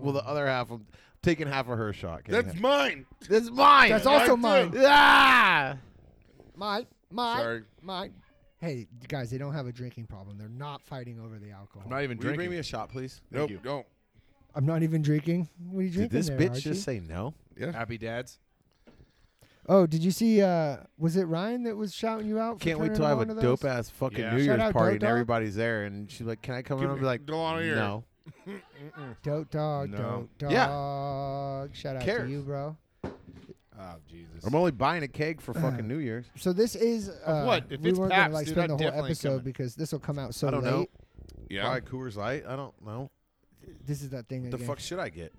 S5: bottle.
S3: the other half. I'm taking half of her shot. Okay?
S4: That's mine.
S3: That's mine.
S5: That's also mine.
S3: Ah!
S5: Mine. Mine.
S4: Sorry.
S5: Mine. Hey guys, they don't have a drinking problem. They're not fighting over the alcohol.
S6: even
S3: Will you bring me a shot, please? Thank
S4: Nope,
S3: you.
S4: don't.
S5: I'm not even drinking. What are you
S3: Did
S5: drinking
S3: this
S5: there,
S3: bitch
S5: Archie?
S3: just say no?
S6: Happy dads.
S5: Oh, did you see? Uh, was it Ryan that was shouting you out? For
S3: Can't wait
S5: turning
S3: till I have
S5: on
S3: a
S5: to
S3: dope
S5: those?
S3: ass fucking
S6: Yeah.
S3: New
S5: Shout
S3: Year's
S5: out,
S3: party
S5: Dope
S3: and
S5: Dog.
S3: everybody's there, and she's like, "Can I come
S4: Give
S3: in?" I'll
S4: me
S3: be like,
S4: Delano here.
S3: "No."
S5: Dope dog.
S6: No.
S5: Dope dog.
S3: Yeah.
S5: Shout out
S3: Cares.
S5: to you, bro.
S6: Oh Jesus. <laughs>
S3: I'm only buying a keg for fucking New Year's.
S5: So this is uh,
S6: what? If
S5: we
S6: it's
S5: weren't
S6: Pabst,
S5: gonna like
S6: dude,
S5: spend
S6: I
S5: the whole
S6: definitely ain't
S5: episode
S6: coming.
S5: because this will come out so
S3: I don't
S5: late.
S3: know.
S4: Yeah.
S3: Buy Coors Light. I don't know.
S5: This is that thing
S3: What the
S5: again.
S3: fuck should I get?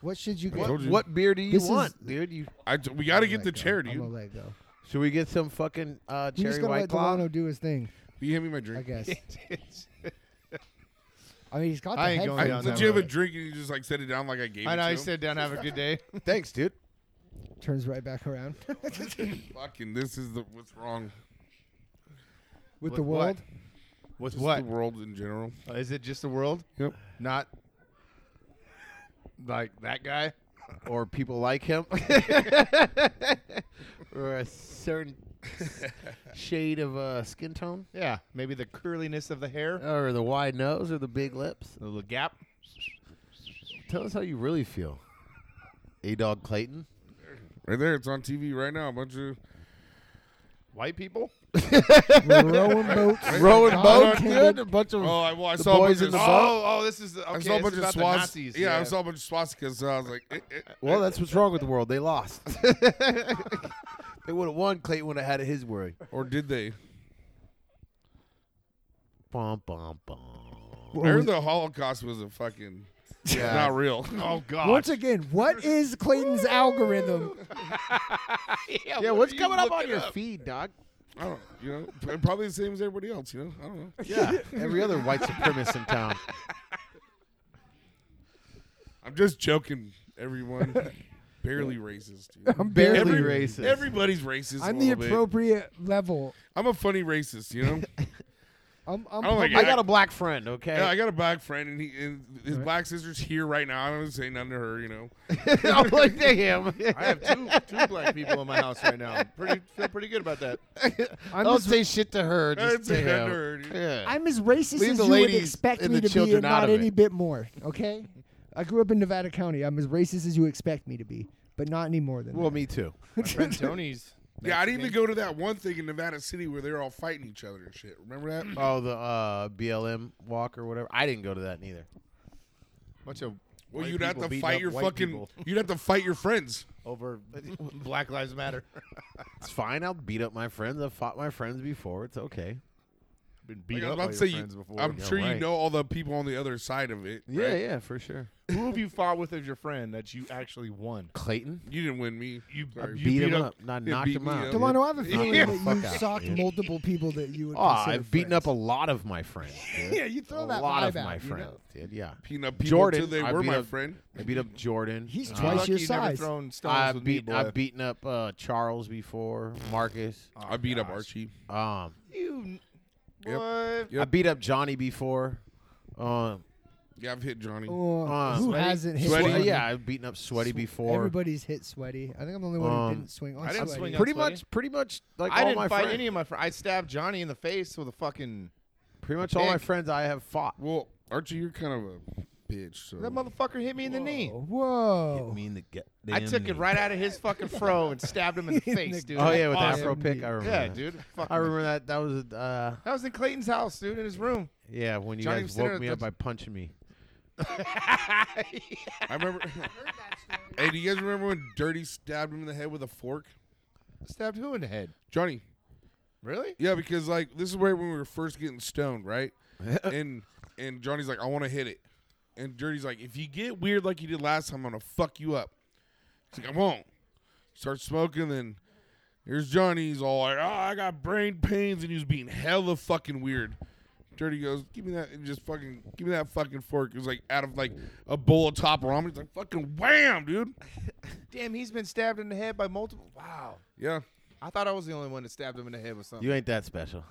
S5: What should you get?
S4: told
S3: What,
S4: you.
S3: what beer do you
S5: This is-
S3: want, dude? You
S4: I t- we got to
S5: I'm
S4: get
S5: gonna
S4: the
S5: let go.
S4: chair,
S5: I'm
S4: dude.
S5: gonna let go.
S3: should we get some fucking uh,
S5: We just
S3: cherry
S5: gotta
S3: white
S5: let
S3: claw?
S5: Delano do his thing,
S4: Will you hand me my
S5: I <laughs>
S4: drink?
S5: guess.
S6: It's-
S5: I mean, he's got the
S6: I ain't going
S4: I,
S5: headphones
S6: down
S5: on.
S6: that
S4: did you have a
S6: road.
S4: drink and you just like set it down like I gave
S6: I
S4: it
S6: know.
S4: to
S6: He
S4: him?
S6: said, "Down, have a good <laughs> day."
S3: Thanks, dude.
S5: <laughs> Turns right back around <laughs>
S4: <laughs> Fucking, this is the what's wrong.
S5: with
S6: What-
S5: the
S6: what?
S5: world.
S2: With
S4: Just
S2: what?
S4: The world in general.
S6: Oh,
S2: Uh, Is it just the world?
S4: Yep.
S2: Not like that guy.
S3: or people like him, or a certain <laughs> shade of uh, skin tone,
S2: Yeah, maybe the curliness of the hair,
S3: or the wide nose, or the big lips.
S2: the little gap.
S3: Tell us how you really feel. A dog Clayton.
S4: Right there, it's on TV right now. A bunch of
S2: White people.
S5: Rowing boats.
S3: Rowing
S5: Dog
S3: boat,
S5: Clayton.
S3: dude. A bunch of
S4: oh, I, well, I
S3: The
S4: saw
S3: boys
S4: a bunch
S3: in
S4: of
S3: the
S4: oh,
S3: boat.
S2: Oh, oh, this is the, okay.
S4: I saw a
S2: it's
S4: bunch of
S2: about the
S4: swaz-
S2: Nazis.
S4: Yeah, I saw a bunch of swastikas. So I was like, eh, eh, eh.
S3: Well, that's what's wrong with the world. They lost. <laughs> they would have won. Clayton would have had it his way.
S4: or did they?
S3: Bum, bum, bum.
S4: I heard the Holocaust was a fucking
S2: <laughs>
S4: not real.
S2: Oh God.
S5: Once again, what is Clayton's algorithm?
S2: yeah,
S3: Yeah,
S2: what
S3: what's
S2: are you
S3: coming up on
S2: looking
S3: your feed, dog?
S4: I don't, you know, p- probably the same as everybody else. You know, I don't know.
S2: <laughs>
S3: Yeah, <laughs> every other white supremacist in town.
S4: I'm just joking, everyone. Barely racist. Dude.
S5: I'm
S3: Barely
S5: barely.
S3: racist.
S4: Everybody's racist.
S5: I'm
S4: a
S5: the
S4: little bit.
S5: appropriate level.
S4: I'm a funny racist. You know.
S2: <laughs>
S5: I'm, I'm,
S4: I don't like
S3: I got a black friend, okay?
S4: Yeah, I got a black friend, and, he, and his black sister's here right now. I don't say nothing to her. You know.
S3: I'm like, damn.
S2: <laughs> I have two two black people in my house right now. Pretty feel pretty good about that.
S5: I'm
S3: Don't
S5: just-
S3: say shit to her. Just
S4: That's
S3: to
S4: a
S3: him.
S4: her, dude.
S3: Yeah.
S5: I'm as racist
S3: Leave
S5: as
S3: the
S5: you would
S3: ladies
S5: expect
S3: and
S5: me
S3: the
S5: to be,
S3: children
S5: and
S3: out of
S5: not any
S3: it.
S5: bit more. Okay, I grew up in Nevada County. I'm as racist as you expect me to be, but not any more than
S3: Well,
S5: that.
S3: me too.
S2: My friend Tony's.
S4: Yeah, I didn't even go to that one thing in Nevada City where they're all fighting each other and shit. Remember that?
S2: Mm.
S3: Oh, the uh, BLM walk or whatever. I didn't go to that neither.
S2: Bunch of
S4: Well,
S2: white
S4: you'd have
S2: people
S4: to
S2: beating
S4: fight
S2: up
S4: your
S2: white
S4: fucking.
S2: people
S4: <laughs> You'd have to fight your friends.
S2: over Black Lives Matter.
S3: It's fine. I'll beat up my friends. I've fought my friends before. It's okay.
S2: Been
S4: Like,
S2: beat
S4: I was
S2: up
S4: about
S2: by
S4: to
S2: your
S4: say, you-
S2: friends before.
S4: I'm
S3: Yeah,
S4: sure you
S3: right.
S4: know all the people on the other side of it.
S3: Yeah,
S4: right?
S3: yeah, for sure.
S2: Who have you fought with as your friend that you actually won?
S3: Clayton
S4: You didn't win me.
S2: You,
S4: I
S2: you
S3: beat, him up. I
S4: yeah,
S3: knocked
S4: beat
S3: him
S4: me
S3: out.
S4: up.
S3: dude.
S5: Delano, I have a feeling
S3: Yeah,
S5: that
S3: fuck
S5: you
S3: out,
S5: socked
S3: dude.
S5: multiple people that you would.
S3: Oh,
S5: consider
S3: I've beaten up a
S5: friends.
S3: lot of my friends.
S5: <laughs>
S3: <laughs> dude.
S5: Yeah, you throw
S3: a
S5: that
S3: lot
S5: vibe
S3: of my
S5: out, you know?
S3: friends, dude. Yeah,
S4: Peanut people
S3: Jordan,
S4: till they
S3: I
S4: were
S3: beat
S4: my
S3: up-
S4: friend.
S3: I beat up Jordan.
S5: He's
S3: Uh,
S5: twice your
S2: you never
S5: size.
S2: thrown stones
S3: I've
S2: with me,
S3: beat,
S2: boy.
S3: I've beaten up uh, Charles before, Marcus.
S2: Oh,
S4: I beat up Archie.
S3: Um,
S2: you.
S4: Yep.
S2: What?
S3: I beat up Johnny before. Um,
S4: Yeah, I've hit Johnny.
S5: Oh,
S3: Uh,
S5: who
S3: sweaty-
S5: hasn't hit?
S4: Sweaty.
S3: Swe-
S5: Sweaty?
S3: yeah, I've beaten up Sweaty
S5: Sw-
S3: before.
S5: Everybody's hit sweaty. I think I'm the only one
S3: Um,
S5: who didn't swing on
S2: I didn't
S5: sweaty.
S2: swing on
S3: pretty
S2: Sweaty.
S3: much, pretty much like
S2: I
S3: all
S2: didn't
S3: my
S2: fight
S3: friends.
S2: any of my friends. I stabbed Johnny in the face with a fucking.
S3: pretty much all my
S2: Pig.
S3: friends I have fought.
S4: Well, Archie, you're kind of a bitch. So.
S2: That motherfucker hit me in the knee.
S5: Whoa!
S3: mean the get.
S2: Oh. I took it right out of his fucking fro and stabbed him in the face, dude.
S3: Oh yeah, with the
S5: Awesome.
S3: afro pick, I remember.
S2: Yeah,
S3: that.
S2: dude. Fuck
S3: I remember that. That was uh,
S2: That was in Clayton's house, dude, in his room.
S3: yeah when you
S2: Johnny was
S3: guys
S2: sitting
S3: woke
S2: at
S3: me
S2: the-
S3: up by punching me.
S4: I
S2: <laughs>
S4: remember. <laughs> hey, do you guys remember when Dirty stabbed him in the head with a fork?
S2: Stabbed who in the head?
S4: Johnny.
S2: Really?
S4: Yeah, because like this is where when we were first getting
S3: <laughs>
S4: stoned, right? and and Johnny's like, I want to hit it, and Dirty's like, if you get weird like you did last time, I'm gonna fuck you up. He's like, I won't. Start smoking, then here's Johnny. He's all like, oh, I got brain pains, and he was being hella fucking weird. Dirty goes, give me that, and just fucking give me that fucking fork. It was like out of like a bowl of top ramen. It's like fucking wham, dude.
S2: Damn, he's been stabbed in the head by multiple. Wow.
S4: Yeah,
S2: I thought I was the only one that stabbed him in the head with something.
S3: You ain't that special.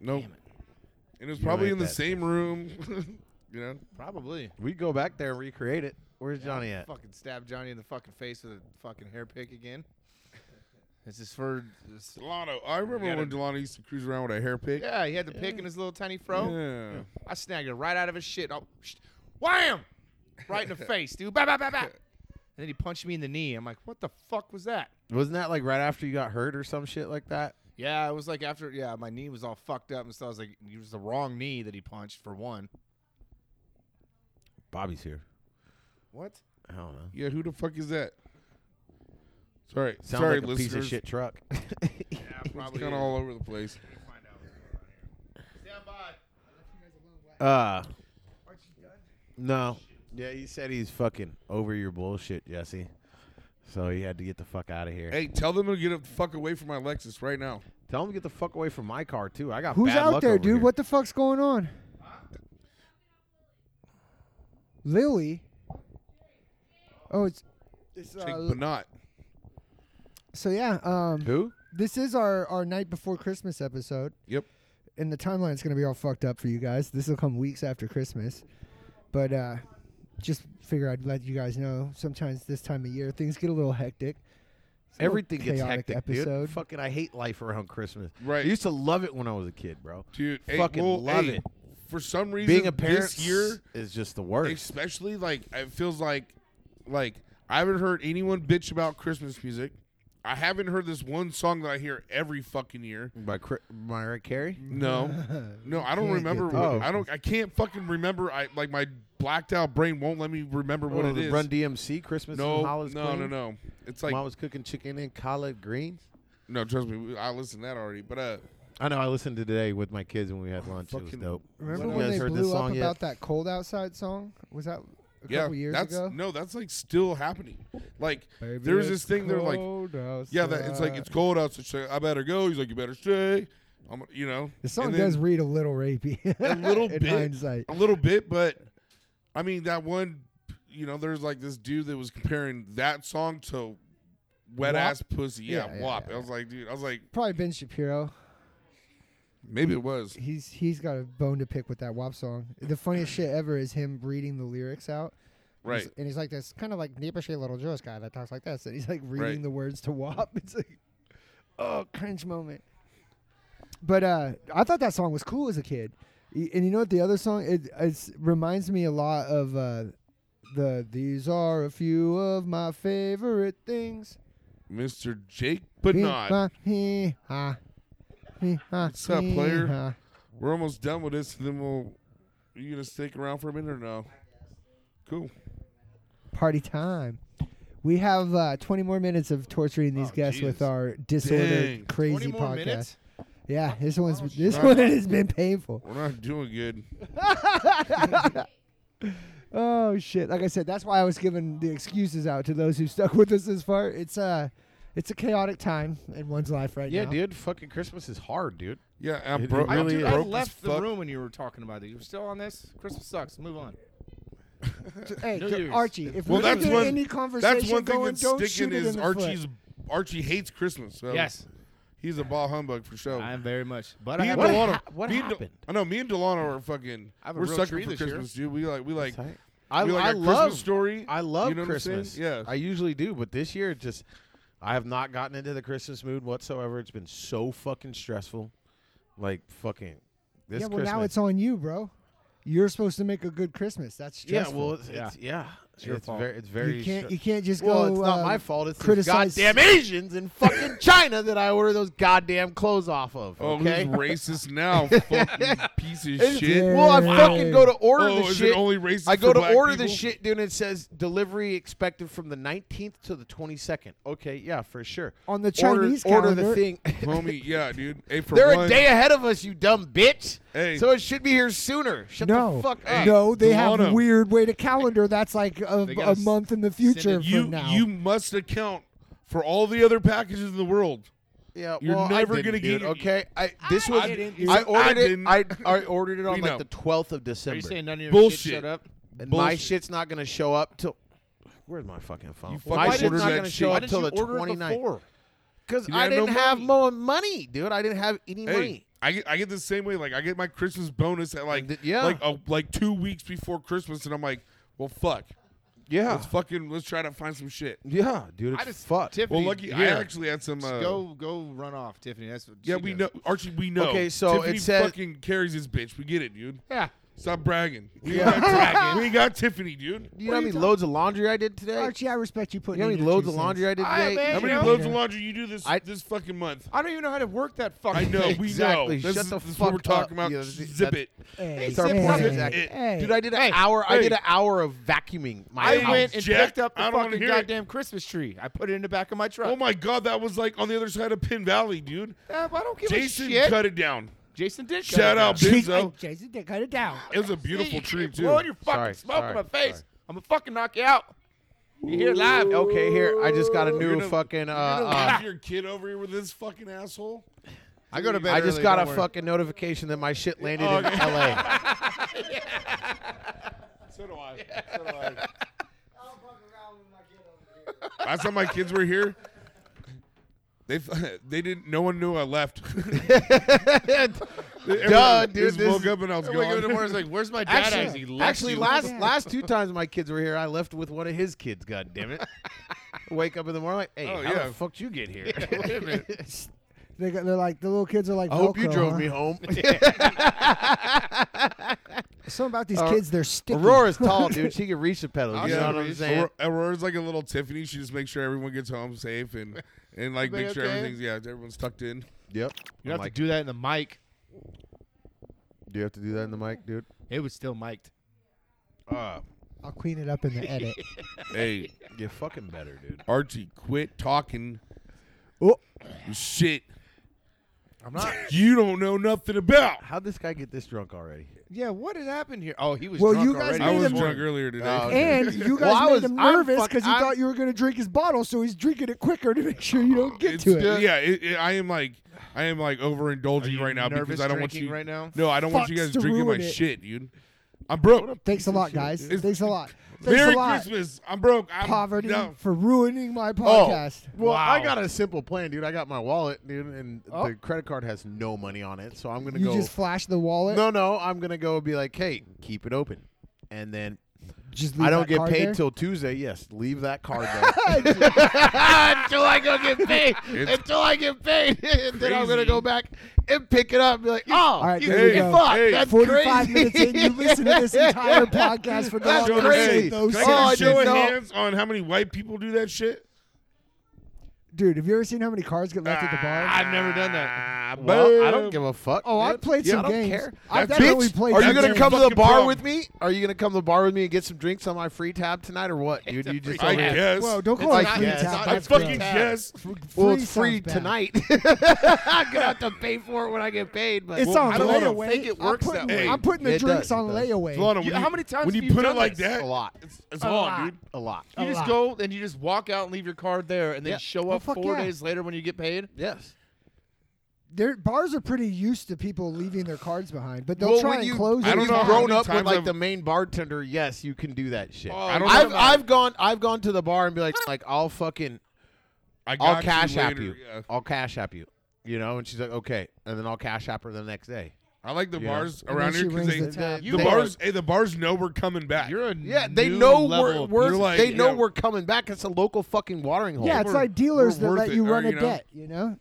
S4: no. And it was
S3: You
S4: probably
S3: ain't
S4: in the
S3: that
S4: same room, <laughs> you know.
S2: Probably.
S3: We go back there and recreate it. Where's Johnny at?
S2: Fucking stabbed Johnny in the fucking face with a fucking hair pick again. This is for. This,
S4: Delano. I remember
S2: gotta-
S4: when Delano used to cruise around with a hair pick.
S2: yeah, he had the pick in his little tiny fro.
S4: Yeah.
S2: I snagged it right out of his shit. Oh, sh- wham! Right in <laughs> the face, dude. Bah, bah, bah, bah. And then he punched me in the knee. I'm like, what the fuck was that?
S3: Wasn't that like right after you got hurt or some shit like that?
S2: Yeah, it was like after. Yeah, my knee was all fucked up, and so I was like, it was the wrong knee that he punched for one.
S3: Bobby's here.
S2: What?
S3: I don't know.
S4: Yeah, who the fuck is that? Sorry,
S3: Sounds
S4: sorry,
S3: like a
S4: listeners.
S3: piece of shit truck. <laughs>
S4: It's kind of all over the place.
S3: uh, no. Yeah, he said he's fucking over your bullshit, Jesse. So he had to get the fuck out of here.
S4: Hey, tell them to get the fuck away from my Lexus right now.
S3: Tell him to get the fuck away from my car too. I got
S5: Who's
S3: bad
S5: out
S3: luck
S5: there,
S3: over
S5: dude?
S3: here.
S5: What the fuck's going on? Lily. Oh, it's. it's
S4: Jake
S5: uh,
S4: Benot.
S5: so yeah, um,
S3: Who?
S5: this is our our night before Christmas episode.
S4: Yep.
S5: and the timeline's gonna be all fucked up for you guys. This will come weeks after Christmas, but uh, just figure I'd let you guys know. Sometimes this time of year things get a little hectic. It's a little
S3: Everything gets
S5: chaotic
S3: hectic,
S5: Episode.
S3: dude.
S5: <laughs>
S3: Fucking, I hate life around Christmas.
S4: Right.
S3: I used to love it when I was a kid, bro.
S4: dude. hey,
S3: fucking
S4: well,
S3: love
S4: hey,
S3: it.
S4: For some reason,
S3: Being a parent
S4: this year,
S3: is just the worst.
S4: especially like it feels like like I haven't heard anyone bitch about Christmas music. I haven't heard this one song that I hear every fucking year.
S3: By Cri- Mariah Carey. <laughs>
S4: No, no, I don't
S5: Can't
S4: remember.
S5: get
S4: What,
S3: through it.
S4: I don't. I can't fucking remember. I like my blacked out brain won't let me remember what
S3: Oh,
S4: it
S3: the
S4: is.
S3: Run DMC Christmas
S4: no,
S3: and
S4: no,
S3: Hollis
S4: no,
S3: Queen?
S4: no. It's like
S3: Mom was cooking chicken and collard greens.
S4: no. Trust me, I listened to that already. But uh,
S3: I know. I listened to today with my kids when we had lunch. It was
S4: fucking-
S3: dope.
S5: Remember
S3: you
S5: when
S3: guys
S5: they
S3: heard
S5: blew
S3: this
S5: up
S3: song yet?
S5: about that cold outside song? Was that a
S4: yeah,
S5: couple years
S4: that's
S5: ago?
S4: no. That's like still happening. Like
S5: Baby,
S4: there's this
S5: it's
S4: thing. They're like,
S5: cold
S4: yeah, that, it's like
S5: outside.
S4: it's cold out. So she's like, I better go. He's like, you better stay. I'm, you know.
S5: The song
S4: And then-
S5: does read a little rapey.
S4: a little
S5: <laughs> in
S4: bit,
S5: hindsight.
S4: a little bit, but I mean that one. You know, there's like this dude that was comparing that song to wet
S5: WAP?
S4: ass pussy. Yeah,
S5: Yeah, yeah,
S4: WAP.
S5: yeah,
S4: I was like, dude, I was like,
S5: Probably Ben Shapiro.
S4: maybe it was.
S5: He's he's got a bone to pick with that WAP song. The funniest shit ever is him reading the lyrics out. He's-
S4: Right.
S5: and he's like this kind of like nippish little Jewish guy that talks like this, and he's like reading
S4: Right.
S5: the words to WAP. <laughs> It's like, oh, cringe moment. But uh, I thought that song was cool as a kid, Y- and you know what? The other song it it's, reminds me a lot of uh, the "These Are a Few of My Favorite Things."
S4: Mr. Jake, but not.
S5: What's
S4: What's up, player? We're almost done with this. And then we'll. Are you gonna stick around for a minute or no? Cool.
S5: Party time. We have uh, 20 more minutes of torturing these
S2: Oh,
S5: guests
S2: Jesus.
S5: with our disordered,
S4: Dang.
S5: crazy
S2: 20 more
S5: podcast.
S2: minutes?
S5: Yeah, this one's this
S4: shit.
S5: one <laughs> has been painful.
S4: We're not doing good.
S5: Oh shit! Like I said, that's why I was giving the excuses out to those who stuck with us this far. It's uh, it's a chaotic time in one's life right
S3: Yeah,
S5: now.
S3: dude. Fucking Christmas is hard, dude.
S4: Yeah, I'm
S3: It
S4: broke.
S3: really
S4: I'm
S3: is.
S6: Dude, I
S4: broke as
S6: left the
S4: fuck.
S6: room when you were talking about it. You're still on this? Christmas sucks. Move on.
S5: Hey,
S6: No
S5: c-
S6: use.
S5: Archie, if
S4: Well,
S5: we can
S4: that's
S5: get
S4: one-
S5: any conversation
S4: That's one thing
S5: going,
S4: that's
S5: don't shoot
S4: sticking
S5: it in
S4: is
S5: the foot.
S4: Archie's. Archie hates Christmas. So
S6: Yes,
S4: he's a ball humbug for sure.
S6: I am very much. But I
S4: Me and
S6: have
S3: What
S4: Delano,
S3: hap- what
S4: me and
S3: happened?
S4: I know me and Delano are fucking.
S6: I have a
S4: we're
S6: real
S4: sucking
S6: tree
S4: for
S6: this year.
S4: Christmas, dude. We like we like.
S3: Tight. I,
S4: we like
S3: I
S4: our
S3: love
S4: Christmas story.
S3: I love
S4: You know what I'm saying?
S3: Christmas.
S4: Yeah.
S3: I usually do, but this year it just I have not gotten into the Christmas mood whatsoever. It's been so fucking stressful. Like fucking this
S5: yeah, well
S3: Christmas.
S5: now it's on you, bro. You're supposed to make a good Christmas. That's
S3: yeah,
S5: stressful.
S3: well, it's, it's yeah, it's,
S6: your fault.
S3: very, it's very.
S5: you can't
S3: stre-
S5: you can't just
S3: well,
S5: go.
S3: it's not
S5: uh,
S3: my fault. It's those
S5: criticize-
S3: goddamn Asians in fucking China that I order those goddamn clothes off of.
S4: Oh,
S3: Okay.
S4: who's racist now? fucking piece of
S3: It's-
S4: shit.
S3: Well, I
S5: Wow.
S3: fucking go to order
S4: Oh,
S3: the
S4: is
S3: shit.
S4: it only racist?
S3: I go
S4: for
S3: to
S4: black
S3: order
S4: people?
S3: this shit, <laughs> dude, and it says delivery expected from the 19th to the 22nd. Okay, yeah, for sure.
S5: On the
S3: Order-
S5: Chinese
S3: order, the
S5: calendar-
S3: thing.
S4: homie. Yeah, dude. Hey,
S3: <laughs>
S4: for
S3: They're
S4: one,
S3: a day ahead of us, you dumb bitch.
S4: Hey.
S3: So it should be here sooner. Shut
S5: no,
S3: the fuck up.
S5: no, they have
S4: Delano.
S5: weird way to calendar. That's like a,
S6: They
S5: a
S6: gotta
S5: month in the future
S6: send it-
S5: from
S4: You
S5: now.
S4: you must account for all the other packages in the world.
S3: Yeah,
S4: You're
S3: well,
S4: never
S3: I didn't,
S4: gonna
S3: dude,
S4: get it.
S3: Okay, I this was
S6: didn't,
S3: I
S4: dude.
S3: ordered
S4: I
S3: it.
S4: didn't. <laughs>
S3: I, I ordered it on
S4: We
S3: like
S4: know.
S3: the 12th of
S6: Are
S3: December.
S6: you saying none of your
S4: Bullshit.
S6: shit showed up?
S3: and my
S4: Bullshit.
S3: shit's not gonna show up till. Where's my fucking phone?
S4: You fucking
S3: my
S4: Why
S3: shit's
S4: ordered
S3: not
S4: that
S3: gonna
S4: shit.
S3: show
S4: Why
S3: up till the
S6: didn't you order it
S3: 29th.
S6: before?
S3: Because
S4: You
S3: I
S4: didn't have
S3: didn't
S4: no
S3: have
S4: money.
S3: more money, dude. I didn't have any money.
S4: Hey, I get I get the same way. Like I get my Christmas bonus at like
S3: Th- yeah.
S4: like a, like two weeks before Christmas, and I'm like, well, fuck.
S3: Yeah.
S4: Let's fucking let's try to find some shit.
S3: Yeah, dude, it's
S6: I just
S3: fucked.
S6: Tiffany,
S4: Well, lucky I
S6: here.
S4: actually had some. Uh,
S6: go go run off, Tiffany. That's what
S4: Yeah,
S6: she
S4: we know
S6: does.
S4: Archie. We know.
S3: Okay, so
S4: Tiffany
S3: it says-
S4: fucking carries his bitch. We get it, dude.
S6: Yeah,
S4: Stop bragging. We ain't
S3: <laughs>
S4: got, we ain't got Tiffany, dude.
S3: you know how many loads of laundry I did today?
S5: Archie, I respect you
S3: you
S5: putting.
S3: know how
S5: in
S3: many
S5: your
S3: loads
S5: two
S3: of laundry I
S5: cents.
S3: did
S6: I
S3: today?
S6: bet.
S4: How many
S6: Yeah.
S4: loads of laundry you do this
S3: I-
S4: this fucking month?
S6: I don't even know how to work that fucking.
S4: I know. We
S3: Exactly.
S4: know. This
S3: Shut
S4: is,
S3: the
S4: this is
S3: fuck
S4: what we're talking
S3: up.
S4: about.
S3: Yeah, th-
S4: Zip
S3: that-
S4: it.
S5: Hey,
S3: It's our
S5: hey,
S3: point
S5: hey,
S3: exactly.
S5: hey.
S3: Dude, I did an hour. I
S4: hey.
S3: did an hour of vacuuming. My
S6: I
S3: house.
S6: went and
S4: Jack,
S6: picked up
S4: I
S6: the
S4: don't wanna
S6: fucking
S4: hear it.
S6: goddamn Christmas tree. I put it in the back of my truck.
S4: Oh my god, that was like on the other side of Pin Valley, dude.
S6: Uh, I don't give
S4: Jason
S6: a shit.
S4: cut it down.
S6: Jason did cut
S4: Shout
S6: it
S4: out,
S6: down.
S5: Jeez,
S4: Benzo.
S5: I- Jason, Dick, cut it down.
S4: It was a
S6: See,
S4: beautiful
S6: you
S4: tree
S6: keep
S4: too.
S6: Blowing your fucking
S3: Sorry,
S6: smoke in my
S3: sorry,
S6: face.
S3: sorry.
S6: I'm gonna fucking knock you out. You hear live?
S3: Okay, here I just got a new
S4: gonna-
S3: fucking. Uh,
S4: You're
S3: uh,
S4: gonna leave your kid over here with this fucking asshole.
S6: I go to bed.
S3: I just
S6: early,
S3: got a
S6: don't worry.
S3: fucking notification that my shit landed in L.A.
S4: So do I. So do
S2: <laughs>
S4: I. Last time my kids were here, They f- <laughs> they didn't. No one knew I left. <laughs>
S3: Duh,
S4: Everyone
S3: dude.
S4: just
S3: this
S4: woke
S3: is-
S4: up and I
S2: Wake up in
S4: was
S2: the
S4: gone.
S2: morning, it's like, where's my dad? at? Is he
S3: Actually,
S2: left
S3: actually
S2: you?
S3: last
S5: Yeah.
S3: last two times my kids were here, I left with one of his kids. God damn it! <laughs> Wake up in the morning, like, hey,
S4: Oh,
S3: how
S4: yeah.
S3: the fuck you get here? <laughs>
S4: Wait a minute.
S5: They got, they're like the little kids are like.
S3: I hope you
S5: Velcro,
S3: drove
S5: huh?
S3: me <laughs> home.
S5: Something about these
S3: Uh,
S5: kids, they're sticky.
S3: Aurora's tall, dude. She can reach the pedals.
S2: I'll
S3: You
S2: Yeah.
S3: know what I'm
S2: reach.
S3: saying?
S4: Aurora- Aurora's like a little Tiffany. She just makes sure everyone gets home safe and and like
S2: Everybody
S4: make sure
S2: okay?
S4: everything's yeah everyone's tucked in.
S3: Yep.
S2: You don't have
S3: Mic.
S2: to do that in the mic.
S3: Do you have to do that in the mic, dude?
S2: It was still mic'd.
S3: Uh,
S5: I'll clean it up in
S3: <laughs>
S5: the edit.
S4: Hey,
S3: you're fucking better, dude.
S4: Archie, quit talking
S5: oh,
S4: shit.
S2: I'm not.
S4: <laughs> You don't know nothing about.
S3: How'd this guy get this drunk already?
S2: yeah, what had happened here? Oh, he was.
S5: Well,
S2: drunk
S5: you guys
S2: already.
S4: I
S5: made
S4: was
S5: him-
S4: drunk earlier today.
S3: Oh, okay.
S5: and you guys
S3: Well, I
S5: made
S3: was-
S5: him
S3: I'm
S5: nervous
S3: fuck-
S5: because he
S3: I'm-
S5: thought you were going to drink his bottle, so he's drinking it quicker to make sure you don't get
S4: It's-
S5: to it.
S4: Yeah, it, it- I am like I am like overindulging right now because
S2: nervous
S4: I don't want
S2: drinking
S4: you
S2: right now?
S4: No, I don't want you
S5: Fucks
S4: guys
S5: to
S4: drinking my
S5: ruin it.
S4: shit, dude. I'm broke.
S5: Thanks a lot, guys.
S4: It's-
S5: Thanks a lot. Thanks
S4: Merry
S5: a lot,
S4: Christmas. I'm broke. I'm
S5: poverty,
S4: No.
S5: for ruining
S3: Oh.
S5: my podcast.
S3: well, I
S2: Wow.
S3: got a simple plan, dude. I got my wallet, dude, and
S5: Oh.
S3: the credit card has no money on it, so I'm gonna
S5: you
S3: go.
S5: just flash the wallet.
S3: no, no, I'm gonna go be like, hey, keep it open, and then
S5: just leave
S3: I don't
S5: that
S3: get
S5: card
S3: paid
S5: there.
S3: till Tuesday. Yes, leave that <laughs> card there <laughs>
S6: Until I go get paid.
S4: It's
S3: until I get paid. <laughs> and then I'm gonna
S4: Crazy.
S3: go back and pick it up. And be like, oh,
S5: All right,
S3: you-
S5: there you
S4: Hey,
S5: go.
S3: fuck,
S4: hey,
S3: that's
S5: 45
S3: crazy.
S5: minutes in, you listen to this entire podcast for
S3: That's
S5: the
S4: Show
S5: longest
S4: of the
S3: crazy.
S4: day.
S5: in those
S4: Can I
S3: Oh,
S4: get a show
S3: dude,
S4: of
S3: no.
S4: hands on how many white people do that shit?
S5: Dude, have you ever seen how many cars get left at the bar?
S2: I've never done that.
S4: Ah,
S3: <laughs> Well, I don't
S4: bam.
S3: give a fuck.
S5: Oh, I've
S3: dude.
S5: played
S3: Yeah,
S5: some
S3: I don't
S5: games.
S3: care.
S5: I've
S4: That's-
S5: definitely
S4: Bitch,
S5: played
S3: Are
S5: some
S3: you gonna
S5: games.
S3: come to the
S4: Fucking
S3: bar
S4: problem.
S3: with me? Are you gonna come to the bar with me and get some drinks on my free tab tonight or what, dude? You just
S4: I
S3: over here-
S4: guess.
S5: Whoa, don't
S3: It's
S5: call it
S3: not-
S5: free
S3: yeah, it's
S5: tap.
S3: not-
S5: That's
S4: I fucking
S5: gross.
S4: guess.
S3: well,
S5: Free
S3: it's free
S5: sounds bad.
S3: tonight. <laughs> I'm gonna have to pay for it when I get paid. But
S5: It's
S3: I
S5: on
S3: don't wanna
S5: layaway.
S3: think it works
S5: I'm putting,
S3: that way.
S5: I'm putting the
S3: It does,
S5: drinks on
S3: it does.
S5: layaway.
S4: Lana, when
S2: You-
S4: you,
S2: how many times
S4: when
S2: have
S4: you
S2: you
S4: put it
S2: done
S4: like
S2: this?
S4: that?
S3: a lot,
S4: It's, it's
S2: A
S4: on,
S2: lot.
S4: dude.
S3: a lot.
S5: A
S2: You just
S5: lot.
S2: go and you just walk out and leave your card there, and then
S3: Yeah.
S2: show
S5: Oh,
S2: up
S5: fuck
S2: four
S5: yeah.
S2: days later when you get paid.
S3: Yes.
S5: Their bars are pretty used to people leaving their cards behind, but they'll
S3: Well,
S5: try
S3: when
S5: and
S3: you,
S5: close
S4: I
S5: it.
S4: don't
S3: you've
S4: know how
S3: grown
S4: many
S3: up with
S4: times
S3: like
S4: I've-
S3: the main bartender. Yes, you can do that shit.
S2: Oh,
S4: I don't know
S3: I've
S4: about-
S3: I've gone I've gone to the bar and be like like I'll fucking
S4: I got
S3: I'll cash
S4: you
S3: app
S4: later,
S3: you.
S4: yeah.
S3: I'll cash app you. You know, and she's like, okay, and then I'll cash app her the next day.
S4: I like the
S3: Yeah.
S4: bars
S5: And
S4: around
S5: then
S4: here
S5: she
S4: because they,
S5: rings the tab.
S4: the
S2: You
S4: bars, hey, the bars know we're coming back.
S2: You're a
S3: Yeah, they
S2: new
S3: know
S2: level
S3: we're,
S2: of-
S3: we're
S4: You're like,
S3: they know
S4: yeah.
S3: we're coming back. It's a local fucking watering hole.
S5: Yeah, it's
S4: We're-
S5: like dealers
S4: we're
S5: that let
S4: worth
S5: you
S4: it, or,
S5: run a
S4: you know-
S5: debt. You know,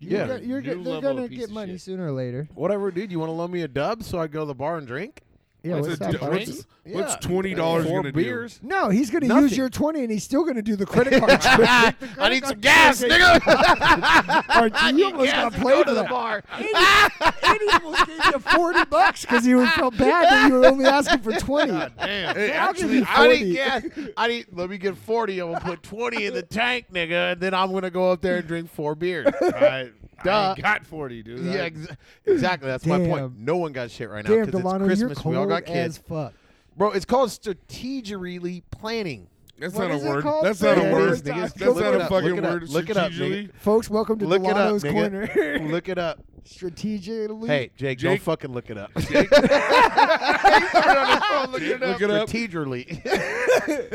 S3: Yeah.
S5: You're, go- you're go-
S2: New
S5: they're
S2: level of
S5: gonna
S2: piece
S5: get
S2: of
S5: money
S2: shit.
S5: sooner or later.
S3: Whatever, dude. You want to loan me a dub so I go to the bar and drink?
S5: Yeah,
S4: What's
S5: what's
S4: a
S5: that?
S4: d-
S5: bud?
S4: what's- What's
S3: Yeah.
S4: twenty dollars
S3: Four
S4: gonna
S3: beers.
S5: no, he's gonna use
S3: Nothing.
S5: your twenty, and he's still
S3: <laughs>
S5: gonna do the credit card. trick.
S3: Ah, I need some gas, nigga.
S5: Archie, you almost
S3: gas
S5: got
S3: and
S5: played
S3: go to
S5: for
S3: the
S5: that.
S3: bar.
S5: And he almost gave you forty bucks because he would felt bad that you
S3: <laughs>
S5: were only asking for twenty.
S4: do? Hey,
S5: I'll give
S4: actually,
S5: you
S4: I,
S3: I need
S5: 40.
S3: gas. I need. Let me get forty. I'm gonna put twenty in the tank, nigga, and then I'm gonna go up there and drink four beers.
S2: I,
S3: Duh.
S2: I got forty, dude.
S3: yeah,
S2: I-
S3: ex- exactly. That's my point.
S5: Damn.
S3: No one got shit right now
S5: Damn,
S3: because it's
S5: Delano, you're
S3: Christmas. We
S5: cold
S3: all got
S5: as
S3: kids,
S5: fuck.
S3: bro. It's called strategically planning.
S4: that's
S5: What
S4: not a
S5: is it
S4: word.
S5: called?
S4: That's not
S5: Yeah,
S4: a
S5: it
S4: word.
S5: is, nigga.
S4: That's
S5: Go look
S4: not
S5: it
S4: a
S5: up.
S4: fucking
S3: Look it up.
S4: word.
S3: Look it up, nigga.
S4: Strategically,
S5: Folks, welcome to
S3: Look it up,
S5: Delano's
S3: nigga.
S5: Corner. <laughs>
S3: Look it up.
S5: Strategically,
S3: Hey, Jake,
S4: Jake-
S3: don't fucking look it
S4: <laughs>
S3: up.
S4: look it up.
S3: Strategically,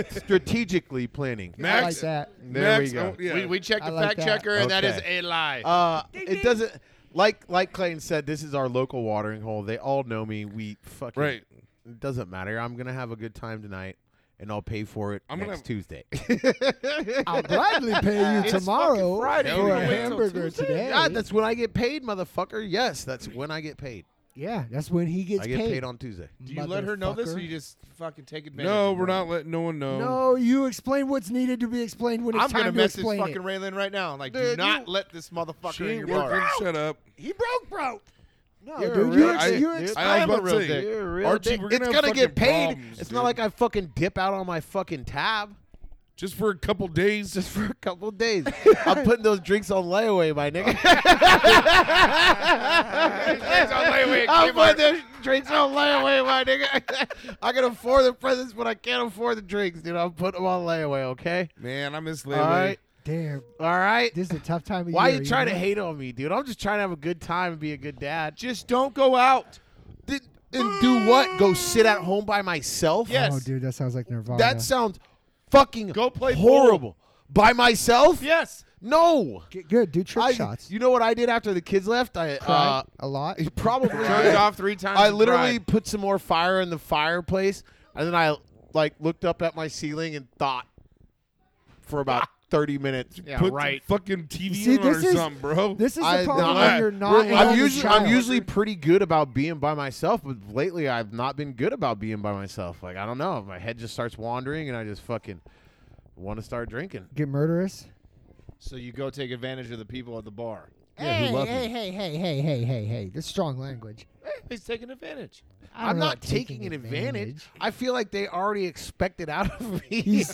S3: <laughs> strategically planning.
S5: I
S4: Max,
S5: like that.
S3: There
S4: Max,
S3: we go.
S4: oh, yeah.
S6: We, we checked
S5: I
S6: the
S5: like
S6: fact
S5: that.
S6: checker, and that is
S3: Okay.
S6: a lie.
S3: Uh, it doesn't like like Clayton said. This is our local watering hole. They all know me. We fucking
S4: Right.
S3: It doesn't matter. I'm gonna have a good time tonight, and I'll pay for it
S4: I'm gonna
S3: next
S4: have-
S3: Tuesday.
S5: I'll gladly
S3: <laughs>
S5: pay you tomorrow
S2: Friday.
S5: for
S2: You can
S5: a
S2: wait till
S5: hamburger
S2: Tuesday.
S5: today.
S3: God, Ah, that's when I get paid, motherfucker. Yes, that's when I get paid.
S5: yeah, that's when he gets
S3: I get
S5: paid.
S3: paid. on Tuesday.
S2: Do you let her know this, or
S5: motherfucker.
S2: you just fucking take advantage?
S4: No,
S2: of
S4: we're
S2: her?
S4: not letting no one know.
S5: No, you explain what's needed to be explained when it's
S2: I'm
S5: time
S2: gonna
S5: to
S2: message
S5: explain
S2: fucking
S5: it.
S2: Raylan right now. I'm like, do
S3: Dude,
S2: not
S3: you-
S2: let this motherfucker in
S4: She
S2: your
S4: ain't
S2: bar.
S4: working. Shut up.
S2: He broke, broke.
S5: No,
S3: You're a
S5: dude,
S3: real
S5: you, ex-
S4: dick,
S5: you
S4: dude.
S5: ex-
S4: I was
S3: am
S4: about
S3: a
S4: to
S3: real
S4: say,
S3: dick. You're a real
S4: Archie,
S3: dick.
S4: we're gonna
S3: it's
S4: have
S3: gonna get
S4: fucking
S3: paid.
S4: problems,
S3: it's
S4: dude.
S3: not like I fucking dip out on my fucking tab <laughs>
S4: Just for a couple days.
S3: just for a couple of <laughs> days. I'm putting those drinks on layaway, my <laughs> nigga. I'm putting those drinks on layaway, my nigga. <laughs> I can afford the presents, but I can't afford the drinks, dude. I'm putting them on layaway, okay?
S4: Man, I miss
S3: All
S4: Layaway.
S3: right.
S5: damn,
S3: All right.
S5: this is a tough time of
S3: Why
S5: year.
S3: you trying
S5: know?
S3: to hate on me, dude? I'm just trying to have a good time and be a good dad.
S2: Just don't go out.
S3: Did, and do what? Go sit at home by myself?
S2: Yes.
S5: Oh, dude, that sounds like Nirvana.
S3: That sounds fucking
S2: Go play pool.
S3: horrible. By myself?
S2: Yes.
S3: No.
S5: Get good. Do trick
S3: I,
S5: shots.
S3: You know what I did after the kids left? I
S5: Cry
S3: uh, <laughs>
S5: a lot.
S3: probably
S2: Turned off three times.
S3: I
S2: and
S3: literally
S2: cried.
S3: put some more fire in the fireplace, and then I like looked up at my ceiling and thought
S2: <laughs>
S3: for about thirty minutes.
S2: Yeah,
S4: Put
S2: right.
S4: the fucking TV
S5: See,
S4: on
S5: this
S4: or
S5: is-
S4: something, bro.
S5: This is
S3: I-
S5: the problem
S3: no,
S4: I-
S5: when you're not.
S3: I'm
S5: involved with
S3: usually
S5: child.
S3: I'm usually pretty good about being by myself, but lately I've not been good about being by myself. Like I don't know, my head just starts wandering, and I just fucking want to start drinking.
S5: get murderous.
S2: So you go take advantage of the people at the bar.
S5: hey, hey, hey, hey, hey, hey, hey, hey. That's strong language.
S2: He's taking advantage.
S5: I don't
S3: I'm
S5: know
S3: not
S5: about
S3: taking, an advantage. I feel like they already expect it out of <laughs> me.
S5: He's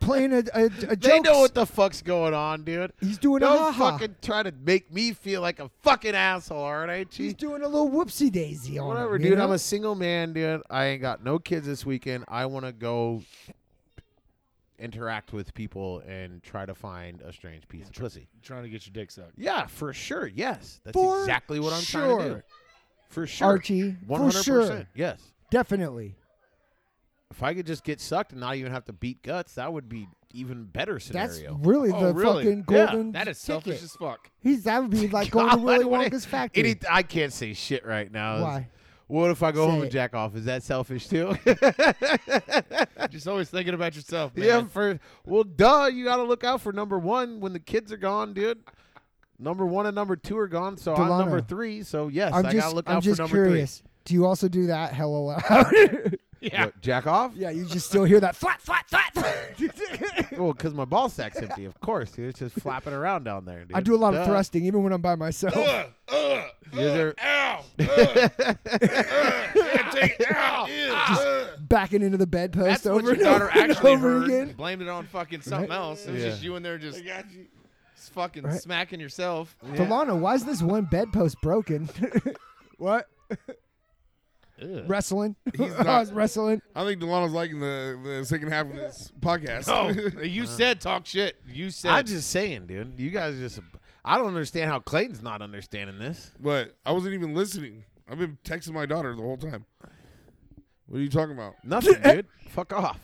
S5: playing a, a, a
S3: they
S5: joke.
S3: know what the fuck's going on, dude.
S5: He's doing a
S3: Don't
S5: ha-ha.
S3: fucking try to make me feel like a fucking asshole, all right?
S5: He's
S3: Jeez.
S5: doing a little whoopsie daisy on
S3: Whatever,
S5: him,
S3: dude.
S5: You know?
S3: I'm a single man, dude. I ain't got no kids this weekend. I want to go interact with people and try to find a strange piece of pussy.
S2: Trying to get your dick sucked.
S3: Yeah, for sure. Yes. That's
S5: For
S3: exactly what I'm trying to do.
S5: sure.
S3: For sure.
S5: Archie, for
S3: 100%.
S5: sure.
S3: Yes.
S5: definitely.
S3: If I could just get sucked and not even have to beat guts, that would be even better
S5: That's
S3: scenario.
S5: really
S2: Oh,
S5: the
S2: really?
S5: fucking
S3: Yeah,
S5: golden
S2: That is
S5: ticket.
S2: selfish as fuck.
S5: He's that
S3: <laughs>
S5: would be like going to
S3: God,
S5: Willy
S3: what if-
S5: Wonka's factory.
S3: Any, uh, I can't say shit right now.
S5: Why?
S3: What if I go
S5: Say
S3: home
S5: it.
S3: and jack off? Is that selfish too? <laughs>
S2: Just always thinking about yourself, man.
S3: yeah, for well, duh. You got to look out for number one when the kids are gone, dude. Number one and number two are gone, so I'm
S5: Delano.
S3: number three. So yes,
S5: I'm
S3: I
S5: just,
S3: gotta look
S5: I'm
S3: out
S5: just
S3: for number
S5: curious. Do you also do that? Hello, <laughs>
S3: three. Yeah, jack off.
S5: yeah, you just still hear that flat, flat, flat. flat. <laughs>
S3: Well, because my ball sack's empty, of course, dude. It's just flapping around down there. Dude.
S5: I do a lot
S3: Duh.
S5: of thrusting, even when I'm by myself.
S4: Ugh, ugh,
S3: Yeah,
S4: ugh,
S3: they're-
S4: <laughs> ow, ugh,
S5: <laughs>
S4: ugh, can't take it, <laughs> ow, ew, ugh.
S5: Backing into the bedpost
S2: That's
S5: over
S2: what your
S5: and
S2: daughter
S5: over and
S2: actually
S5: over
S2: heard.
S5: again.
S2: Blamed it on fucking something else. It was
S3: Yeah.
S2: just you in there just
S4: I got you.
S2: fucking
S5: Right.
S2: smacking
S4: <laughs>
S2: yourself.
S5: Delano, why is this one bedpost broken? <laughs> what? Wrestling.
S4: He's
S5: <laughs> I
S4: not-
S5: was wrestling.
S4: I think Delano's liking the, the second half of this podcast.
S2: Oh, you said talk shit. You said
S3: I'm just saying, dude. You guys just. I don't understand how Clayton's not understanding this.
S4: <laughs> but I wasn't even listening. I've been texting my daughter the whole time. What are you talking about?
S5: <laughs>
S3: Nothing, dude. Fuck off.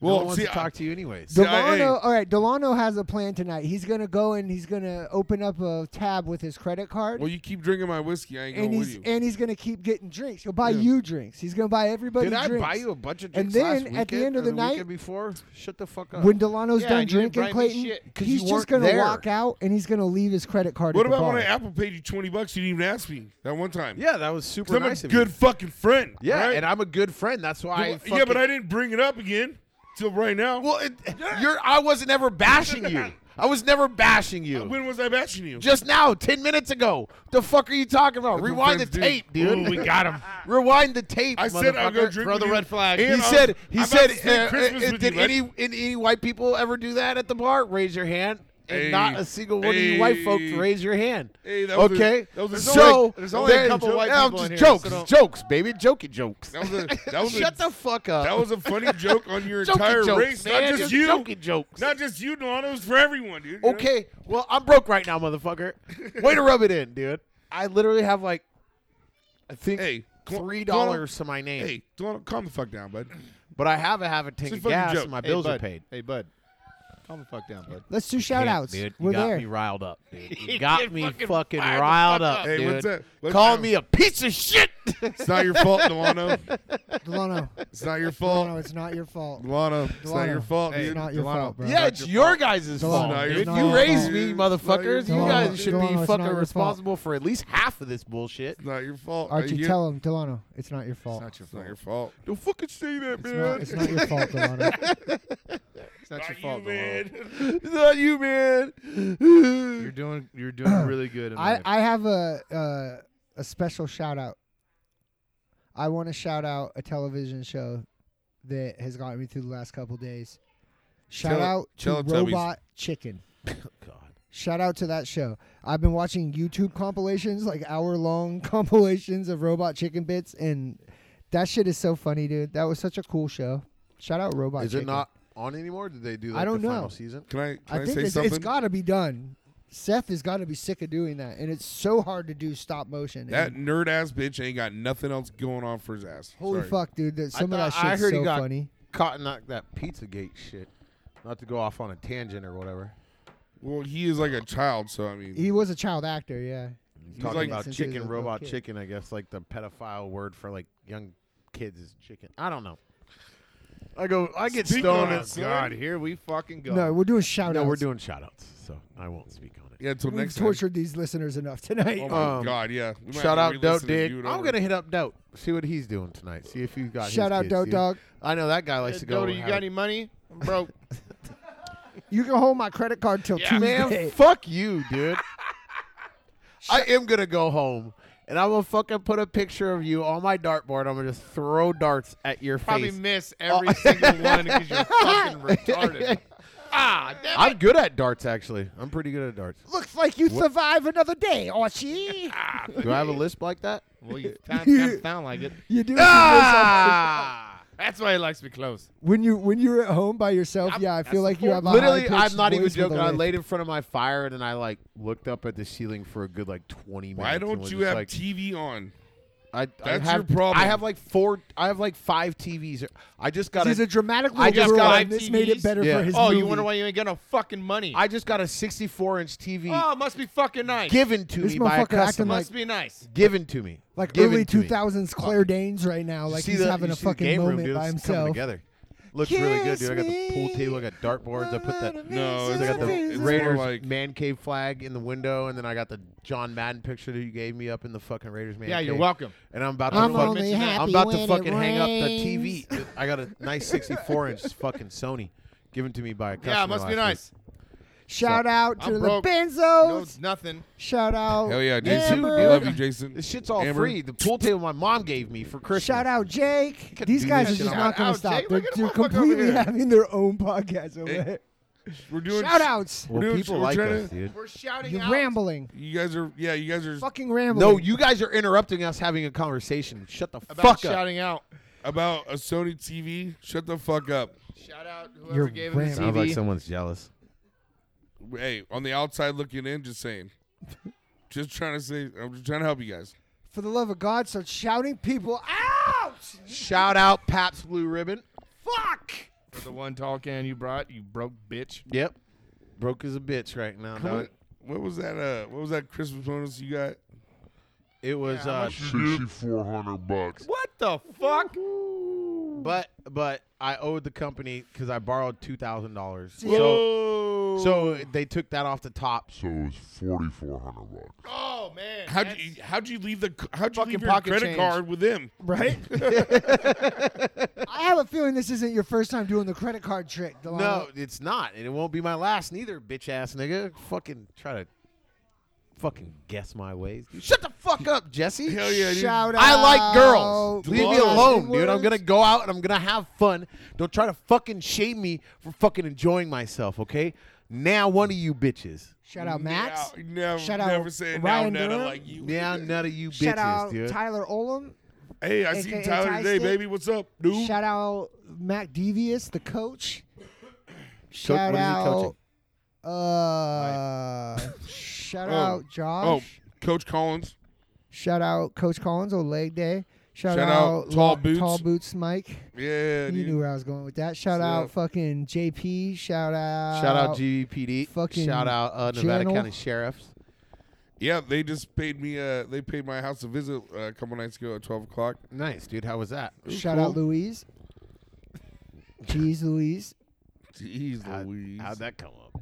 S3: Well, no
S4: Well,
S3: one wants
S4: see,
S3: to
S4: I-
S3: talk to you anyways.
S4: See, I-
S5: Delano,
S4: hey.
S5: all right. Delano has a plan tonight. He's gonna go and he's gonna open up a tab with his credit card,
S4: Well, you keep drinking my whiskey. I ain't
S5: and
S4: going with
S5: he's
S4: you.
S5: and he's gonna keep getting drinks. He'll buy
S4: Yeah.
S5: you drinks. He's gonna buy everybody
S3: Did I
S5: drinks.
S3: buy you a bunch of
S5: And
S3: drinks last
S5: then at the
S3: weekend
S5: end of
S3: or
S5: the night-
S3: weekend before? Shut the fuck up.
S5: when Delano's
S2: Yeah,
S5: done
S2: and you didn't
S5: drinking,
S2: write me
S5: Clayton,
S2: shit
S3: 'cause
S5: he's
S3: you
S5: just
S3: weren't
S5: gonna
S3: there.
S5: walk out and he's gonna leave his credit card.
S4: what
S5: at the
S4: about
S5: bar.
S4: when I Apple paid you twenty bucks? You didn't even ask me that one time.
S3: yeah, that was
S4: 'Cause
S3: super
S4: I'm
S3: nice
S4: a
S3: of
S4: good
S3: you.
S4: fucking friend.
S3: yeah,
S4: right?
S3: and I'm a good friend. That's why. I
S4: yeah, but
S3: fucking-
S4: I didn't bring it up again till right now.
S3: Well, it, you're. I wasn't ever bashing you. I was never bashing you.
S4: when was I bashing you?
S3: Just now, ten minutes ago. The fuck are you talking about?
S4: That's what
S3: Rewind the
S4: friends do.
S3: tape, dude.
S2: Ooh, we got him.
S3: <laughs> Rewind the tape.
S4: I said I'll go
S3: motherfucker.
S4: drink
S2: Throw
S4: with
S2: the
S4: you,
S2: red flag.
S4: and
S3: He
S4: I'm-
S3: said. He
S4: I'm about
S3: said.
S4: to spend
S3: uh,
S4: Christmas
S3: uh,
S4: with
S3: did
S4: you,
S3: any in- any white people ever do that at the bar? Raise your hand. And
S4: Hey.
S3: not a single one of you white folk
S4: Hey.
S3: raise your hand.
S4: Hey, that was a-
S3: okay.
S4: that was a-
S3: so
S2: there's only a
S3: there-
S2: couple white
S3: Yeah,
S2: people
S3: just
S2: in here, so
S3: jokes,
S2: don't-
S3: jokes, baby, jokey jokes.
S4: That
S3: <laughs>
S4: was a- that was a-
S3: Shut the fuck up.
S4: That was a funny joke on
S3: <laughs>
S4: your
S3: Joking
S4: entire
S3: jokes,
S4: race,
S3: man,
S4: not just,
S3: just
S4: you.
S3: joking jokes.
S4: Not just you, Delano. It was for everyone, dude. you know?
S3: Okay, well, I'm broke right now, motherfucker. <laughs> Way to rub it in, dude. I literally have like, I think
S4: Hey, come on-
S3: three
S4: come on.
S3: dollars to my name,
S4: Hey, Delano, calm the fuck down, bud.
S3: but I have a half a tank
S4: It's a
S3: of
S4: fucking
S3: gas
S4: joke.
S3: and my
S4: Hey,
S3: bills
S2: bud.
S3: are paid.
S2: Hey, bud. Calm the fuck down, bud.
S5: Let's do shout
S3: Can't,
S5: outs.
S3: dude. You
S5: We're
S3: got
S5: there.
S3: me
S5: All
S3: riled up, dude. You
S2: You
S3: got
S2: get
S3: me
S2: fucking
S3: fucking
S2: fired the
S3: riled
S2: fuck
S3: up,
S2: up.
S3: dude.
S4: Hey, what's up? What's
S3: Call
S4: up?
S3: me a piece of shit. <laughs>
S4: It's not your fault, Delano.
S5: Delano,
S4: It's not your
S5: Delano,
S4: fault.
S5: it's not your fault.
S4: Delano, it's not
S5: Delano,
S4: your fault,
S5: It's
S4: dude.
S5: not your
S2: Delano.
S5: fault, bro.
S3: yeah, it's your guys'
S5: Delano,
S3: fault,
S4: it's
S3: dude.
S4: not
S3: You
S5: your
S3: raised
S5: fault.
S3: me,
S4: It's not your
S3: motherfuckers. You
S5: fault.
S3: guys should
S5: Delano,
S3: be
S5: it's
S3: fucking
S5: not your fault.
S3: responsible for at least half of this
S4: <laughs>
S3: bullshit.
S4: It's not your fault.
S5: Archie,
S4: You-
S5: tell him, Delano, it's not your fault.
S2: Not your
S4: It's not
S2: fault.
S4: your fault. Don't fucking say that,
S5: It's not, it's not your fault, Delano.
S2: It's not your
S4: you,
S2: fault, Delano.
S4: man.
S3: It's not you,
S2: <clears throat> You're
S3: man.
S2: doing you're doing really good. In
S5: I,
S2: life.
S5: I have a uh, a special shout out. I want to shout out a television show that has gotten me through the last couple days. Shout
S4: Tele-
S5: out to
S4: Teletubbies.
S5: Robot Chicken.
S4: <laughs> Oh,
S3: God.
S5: Shout out to that show. I've been watching YouTube compilations, like hour long <laughs> compilations of Robot Chicken bits, and that shit is so funny, dude. That was such a cool show. Shout out Robot
S3: Is
S5: Chicken.
S3: it not on anymore? Did they do?
S5: I
S3: Like,
S5: don't
S3: the
S5: know.
S3: Final season.
S4: Can I? Can I,
S5: I think
S4: say
S5: it's,
S4: something?
S5: it's got to be done. Seth has got to be sick of doing that, and it's so hard to do stop motion.
S4: That
S5: and
S4: nerd ass bitch ain't got nothing else going on for his ass.
S5: holy
S4: Sorry.
S5: fuck, dude! That, some of that
S3: thought- I
S5: shit's
S3: heard
S5: so
S3: he got-
S5: funny.
S3: Caught in that, that Pizzagate shit. Not to go off on a tangent or whatever.
S4: Well, he is like a child, so I mean,
S5: He was a child actor, yeah.
S3: Talking
S4: like-
S3: about
S5: Since he was a
S3: chicken,
S5: little
S3: robot
S5: kid.
S3: chicken, I guess, like the pedophile word for like young kids is chicken. I don't know. I go, I get
S4: Speak
S3: stoned.
S4: on it,
S3: at-
S4: son.
S2: God, here we fucking go.
S5: No, we're doing shout
S3: No,
S5: outs.
S3: we're doing shout outs, so I won't speak on it.
S4: yeah. Until
S5: We've
S4: next time.
S5: tortured these listeners enough tonight.
S4: Oh my
S3: Um,
S4: god, yeah. We might have
S3: Shout
S4: to
S3: out Dope
S4: re-listen to
S3: Dig.
S4: you and
S3: I'm
S4: over.
S3: gonna hit up Dope. See what he's doing tonight. See if you got. his
S5: shout out
S3: kids,
S5: Dope
S3: dude.
S5: Dog.
S3: I know that guy likes
S2: Hey,
S3: to go.
S2: Dota, you
S3: have-
S2: got any money? I'm broke.
S5: You can hold my credit card till <laughs> Tuesday.
S3: Man, fuck you, dude. I am gonna go home and I will fucking put a picture of you on my dartboard. I'm gonna just throw darts at your
S2: Probably
S3: face.
S2: miss every single one because you're fucking retarded. ah, damn
S3: I'm good at darts, actually. I'm pretty good at darts.
S5: Looks like you survive another day,
S3: <laughs>
S5: Archie.
S3: Do I have a lisp like that?
S2: Well, you kind of sound like it.
S5: you do.
S2: Ah, <laughs> that's why he likes to be close.
S5: When you when you're at home by yourself, yeah, I feel like you have a
S3: Literally,
S5: high-pitched
S3: I'm not even
S5: voice with a
S3: joking. I
S5: lift.
S3: laid in front of my fire and then I like looked up at the ceiling for a good like 20 minutes.
S4: Why
S3: and
S4: don't
S3: was
S4: you
S3: just
S4: have
S3: like,
S4: TV on?
S3: I, I
S4: That's
S3: have,
S4: your problem.
S3: I have like four. I have like five TVs. I just got
S5: He's
S3: a,
S5: a dramatic
S3: I
S5: little
S3: just
S5: girl,
S3: got
S5: and
S2: five
S5: this made it
S2: TVs.
S5: better
S3: Yeah.
S5: for his
S2: oh,
S5: movie.
S2: you wonder why you ain't got no fucking money?
S3: I just got a 64 inch TV
S2: oh, it must be fucking nice.
S3: given to
S5: This
S3: me by a
S5: motherfucker acting
S3: customer.
S5: like-
S2: must be nice.
S3: given to me.
S5: like
S3: given
S5: early
S3: to me.
S5: 2000s Claire Danes right now, like
S3: See
S5: he's
S3: the-
S5: having
S3: you
S5: a
S3: see the
S5: fucking
S3: game room,
S5: moment
S3: dude?
S5: by
S3: It's coming
S5: himself.
S3: together. Looks really good, dude. I got the pool
S5: Kiss
S3: table. I got dartboards. I put the
S4: No,
S3: I
S4: it's
S3: got
S4: more, it's
S3: the
S4: more
S3: Raiders
S4: like
S3: man cave flag in the window, and then I got the John Madden picture that you gave me up in the fucking Raiders man.
S2: Yeah, you're
S3: cave.
S2: welcome.
S3: And I'm about to
S5: I'm
S3: fuck-
S5: only happy
S3: I'm about to
S5: when it
S3: fucking hang up
S5: rains.
S3: the TV. I got a nice 64
S5: <laughs>
S3: inch fucking Sony, given to me by a customer.
S2: Yeah, it must be
S3: last
S2: nice.
S5: Shout out
S2: I'm
S5: to the
S2: broke. No,
S5: Benzos.
S2: nothing.
S5: Shout out.
S4: Hell yeah,
S3: Jason.
S4: Jason.
S5: Amber.
S4: I love you,
S3: week.
S4: Jason.
S3: This shit's all
S4: Amber.
S3: free. The pool table my mom gave me for Christmas.
S5: Shout out Jake.
S3: Could
S5: These
S3: do
S5: guys
S3: that
S5: are
S3: shit
S5: just
S3: on-
S5: not going
S2: Out,
S5: to stop.
S2: Jake,
S5: They're,
S2: look at the
S5: they're
S2: motherfucker over
S5: completely
S2: here.
S5: having their own podcast over
S4: Hey,
S5: there.
S4: We're doing
S5: Shout outs.
S3: Well,
S4: Dude,
S3: people
S4: we're
S3: like
S4: trying
S3: us,
S4: to-
S3: dude.
S2: We're shouting
S5: You're
S2: out.
S5: rambling.
S4: You guys are, yeah, you guys are
S5: Fucking rambling.
S3: No, you guys are interrupting us having a conversation. Shut the
S2: About
S3: fuck up.
S2: shouting out.
S4: about a Sony TV. Shut the fuck up.
S2: Shout out whoever
S5: You're
S2: gave him the
S5: rambling.
S2: TV.
S5: Sounds
S3: someone's jealous.
S4: Hey, on the outside looking in, just saying. just trying to say, I'm just trying to help you guys.
S5: For the love of God, start shouting people out.
S3: Shout out Paps Blue Ribbon.
S5: Fuck.
S2: For the one tall can you brought, you broke bitch.
S3: Yep. Broke as a bitch right now. dog.
S4: What, what was that? Uh, what was that Christmas bonus you got?
S3: It was uh
S2: What the fuck?
S3: <laughs> but but I owed the company cuz I borrowed $2,000. So
S2: Whoa.
S3: so they took that off the top.
S2: oh man.
S4: How would
S2: that's-
S4: you how'd you leave the c- how'd you
S2: Fucking
S4: leave your
S2: pocket
S4: credit
S2: change.
S4: card with them?
S3: <laughs>
S5: Right? I have a feeling this isn't your first time doing the credit card trick. Delano.
S3: No, it's not. And it won't be my last neither, bitch ass nigga. Fucking try to fucking guess my ways. dude. Shut the fuck up, Jesse.
S4: Hell yeah, dude.
S5: Shout out.
S3: I like girls. Leave me
S4: Lord.
S3: alone, dude. I'm
S5: Edwards.
S3: gonna go out and I'm gonna have fun. Don't try to fucking shame me for fucking enjoying myself, okay? Now one of you bitches.
S5: Shout out Max.
S4: Yeah, never,
S5: Shout out
S4: never say it
S5: Ryan
S4: now, Nana,
S5: Durham.
S4: like you.
S5: <laughs>
S3: Now none of you
S5: Shout
S3: bitches,
S5: out
S3: dude.
S5: Tyler Olam.
S4: Hey, I seen
S5: AKA
S4: Tyler today,
S5: Tyson.
S4: baby. What's up, dude?
S5: Shout out Mac Devious, the coach.
S3: Co-
S5: Shout
S3: what is he
S5: out.
S3: coaching?
S5: Uh, shout
S4: Oh.
S5: out
S4: oh,
S5: Josh.
S4: Coach Collins.
S5: Shout out Coach Collins on leg day. Shout,
S4: Shout
S5: out,
S4: out Tall
S5: Lo-
S4: Boots.
S5: Tall Boots Mike.
S4: Yeah,
S5: You
S4: dude.
S5: knew where I was going with that. Shout
S4: Yeah.
S5: out fucking JP. Shout out.
S3: Shout out GVPD.
S5: uh, fucking
S3: Shout out uh, Nevada
S5: channel.
S3: County Sheriffs.
S4: yeah, they just paid me. Uh, they paid my house a visit uh, a couple nights ago at twelve o'clock.
S3: Nice, dude. How was that?
S5: Shout out Louise. Jeez Louise.
S4: Jeez
S3: How-
S4: Louise.
S3: How'd that come up?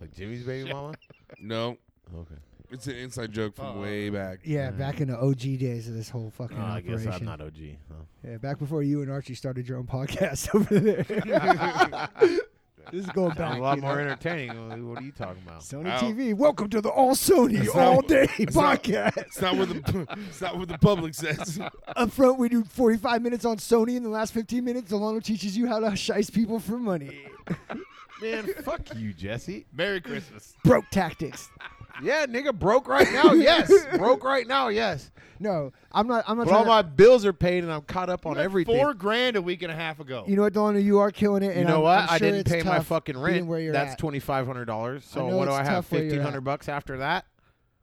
S3: Like Jimmy's baby mama?
S4: no,
S3: <laughs> Okay.
S4: it's an inside joke from way <laughs> back.
S5: Yeah, back in the OG days of this whole fucking
S3: Oh, I
S5: operation.
S3: guess I'm not OG. huh?
S5: Yeah, back before you and Archie started your own podcast <laughs>
S3: <laughs>
S5: over there. this is going back.
S3: a lot
S5: you
S3: more
S5: know.
S3: entertaining.
S5: <laughs>
S3: What are you talking about?
S5: Sony
S4: Ow.
S5: TV. Welcome to the All Sony
S4: That's
S5: All
S4: not-
S5: Day
S4: that's not-
S5: podcast.
S4: It's not what the <laughs> it's not what the public <laughs> says.
S5: Up front, we do 45 minutes on Sony. In the last 15 minutes, Delano teaches you how to shice people for money.
S3: Man, fuck you,
S5: <laughs>
S3: Jesse.
S2: Merry Christmas.
S5: Broke tactics.
S3: Yeah, nigga, broke right now.
S5: <laughs>
S3: Yes, broke right now. Yes,
S5: No, I'm not. I'm not.
S3: but all
S5: Trying
S3: my
S5: to,
S3: bills are paid and I'm caught up on everything.
S2: Four grand a week and a half ago.
S5: you know what, Delano? You are killing it. And
S3: you know
S5: I'm,
S3: what?
S5: I'm
S3: I
S5: sure
S3: didn't
S5: it's
S3: pay my
S5: tough
S3: fucking
S5: being
S3: rent.
S5: Where you're
S3: That's
S5: at.
S3: twenty five hundred dollars. So
S5: know
S3: what do
S5: it's
S3: I have?
S5: tough where you're
S3: Fifteen hundred
S5: at.
S3: bucks after that.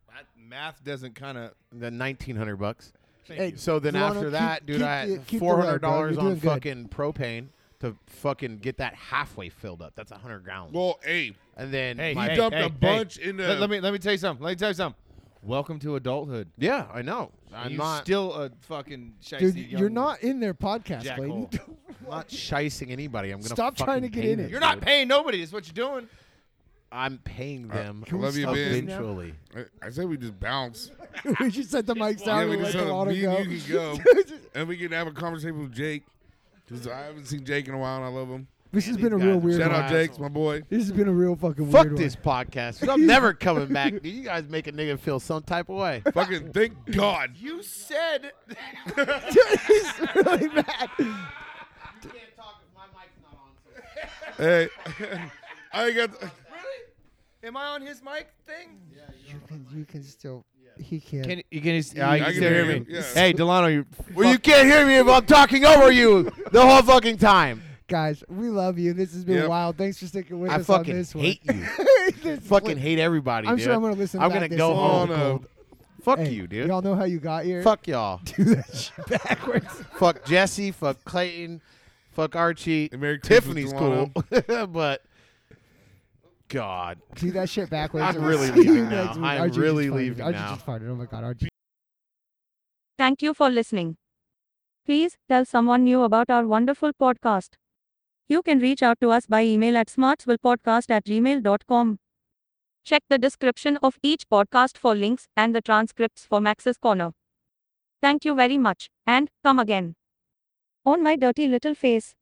S2: That math doesn't kind of.
S3: Then nineteen hundred bucks.
S5: Hey,
S3: So then
S5: Delano,
S3: after
S5: keep-
S3: that, dude,
S5: keep
S3: I
S5: the-
S3: had
S5: keep the
S3: four
S5: road,
S3: hundred
S5: bro. You're
S3: dollars on
S5: doing good.
S3: fucking propane. to fucking get that halfway filled up. That's hundred gallons.
S4: Well, hey,
S3: and then
S2: Hey,
S3: my-
S2: hey,
S4: dumped a
S2: hey,
S4: bunch
S2: hey.
S4: into-
S2: Let, let me let me tell you something. Let me tell you something. Welcome to adulthood.
S3: yeah, I know. I'm
S2: you
S3: not
S2: still a fucking shiesty
S5: Dude,
S2: young-
S5: you're not in their podcast, Blade. You
S2: Jackhole.
S5: don't-
S3: I'm not shicing anybody. I'm gonna
S5: Stop trying to
S3: fucking
S5: get
S3: pay
S5: in it.
S3: them,
S2: You're not
S3: dude.
S2: paying nobody. That's what you're doing.
S3: I'm paying them.
S4: I love you, Ben.
S3: eventually.
S4: I, I said we just bounce.
S5: <laughs> we just set the mics down
S4: Yeah, we
S5: and let
S4: just
S5: the
S4: said
S5: water
S4: me
S5: go.
S4: and you can
S5: <laughs>
S4: go, and we can have a conversation with Jake. 'cause I haven't seen Jake in a while, and I love him.
S5: this has been a
S3: these
S5: real
S3: guys are
S5: weird
S4: Shout
S5: one.
S4: out Jake's my boy.
S5: This has been a real fucking
S3: Fuck
S5: weird
S3: this
S5: <laughs>
S3: podcast. I'm never coming back. Dude, you guys make a nigga feel some type of way.
S4: Fucking thank
S5: <laughs>
S4: God.
S2: You said
S5: one.
S3: <laughs>
S5: He's <laughs> really mad.
S4: Hey, <laughs> I got.
S2: Am I on his mic thing?
S5: You can, you can still. He can.
S2: Can you can,
S4: I can
S2: still hear
S4: hear
S2: me?
S4: you, yeah.
S2: Hey, Delano, you
S3: Well, you can't hear me if I'm talking over you the whole fucking
S5: <laughs>
S3: time.
S5: Guys, we love you. This has been
S4: Yep.
S5: wild. Thanks for sticking with
S3: I
S5: us
S3: fucking
S5: on this
S3: hate
S5: one. <laughs>
S3: you.
S5: This-
S3: fucking hate everybody.
S5: I'm
S3: dude.
S5: sure I'm gonna listen
S3: I'm gonna
S5: back this
S3: go
S5: summer.
S3: home.
S4: Oh, no.
S3: Fuck
S5: hey,
S3: you, dude.
S5: Y'all know how you got here.
S3: Fuck y'all.
S5: Do
S3: <laughs>
S5: that shit backwards.
S3: fuck Jesse. Fuck Clayton. Fuck Archie.
S4: And Merry Christmas,
S3: Tiffany's
S4: Delano.
S3: cool, <laughs> but God,
S5: Do that shit backwards.
S3: I'm
S5: and we'll
S3: really
S5: see you
S3: leaving
S5: next
S3: now.
S5: week.
S3: I'm
S5: RG just
S3: really
S5: farted.
S3: leaving
S5: RG
S3: now.
S5: just farted. Oh my god, RG.
S7: Thank you for listening. Please tell someone new about our wonderful podcast. You can reach out to us by email at smartswillpodcast at gmail.com. Check the description of each podcast for links and the transcripts for Max's Corner. Thank you very much, and come again. On my dirty little face.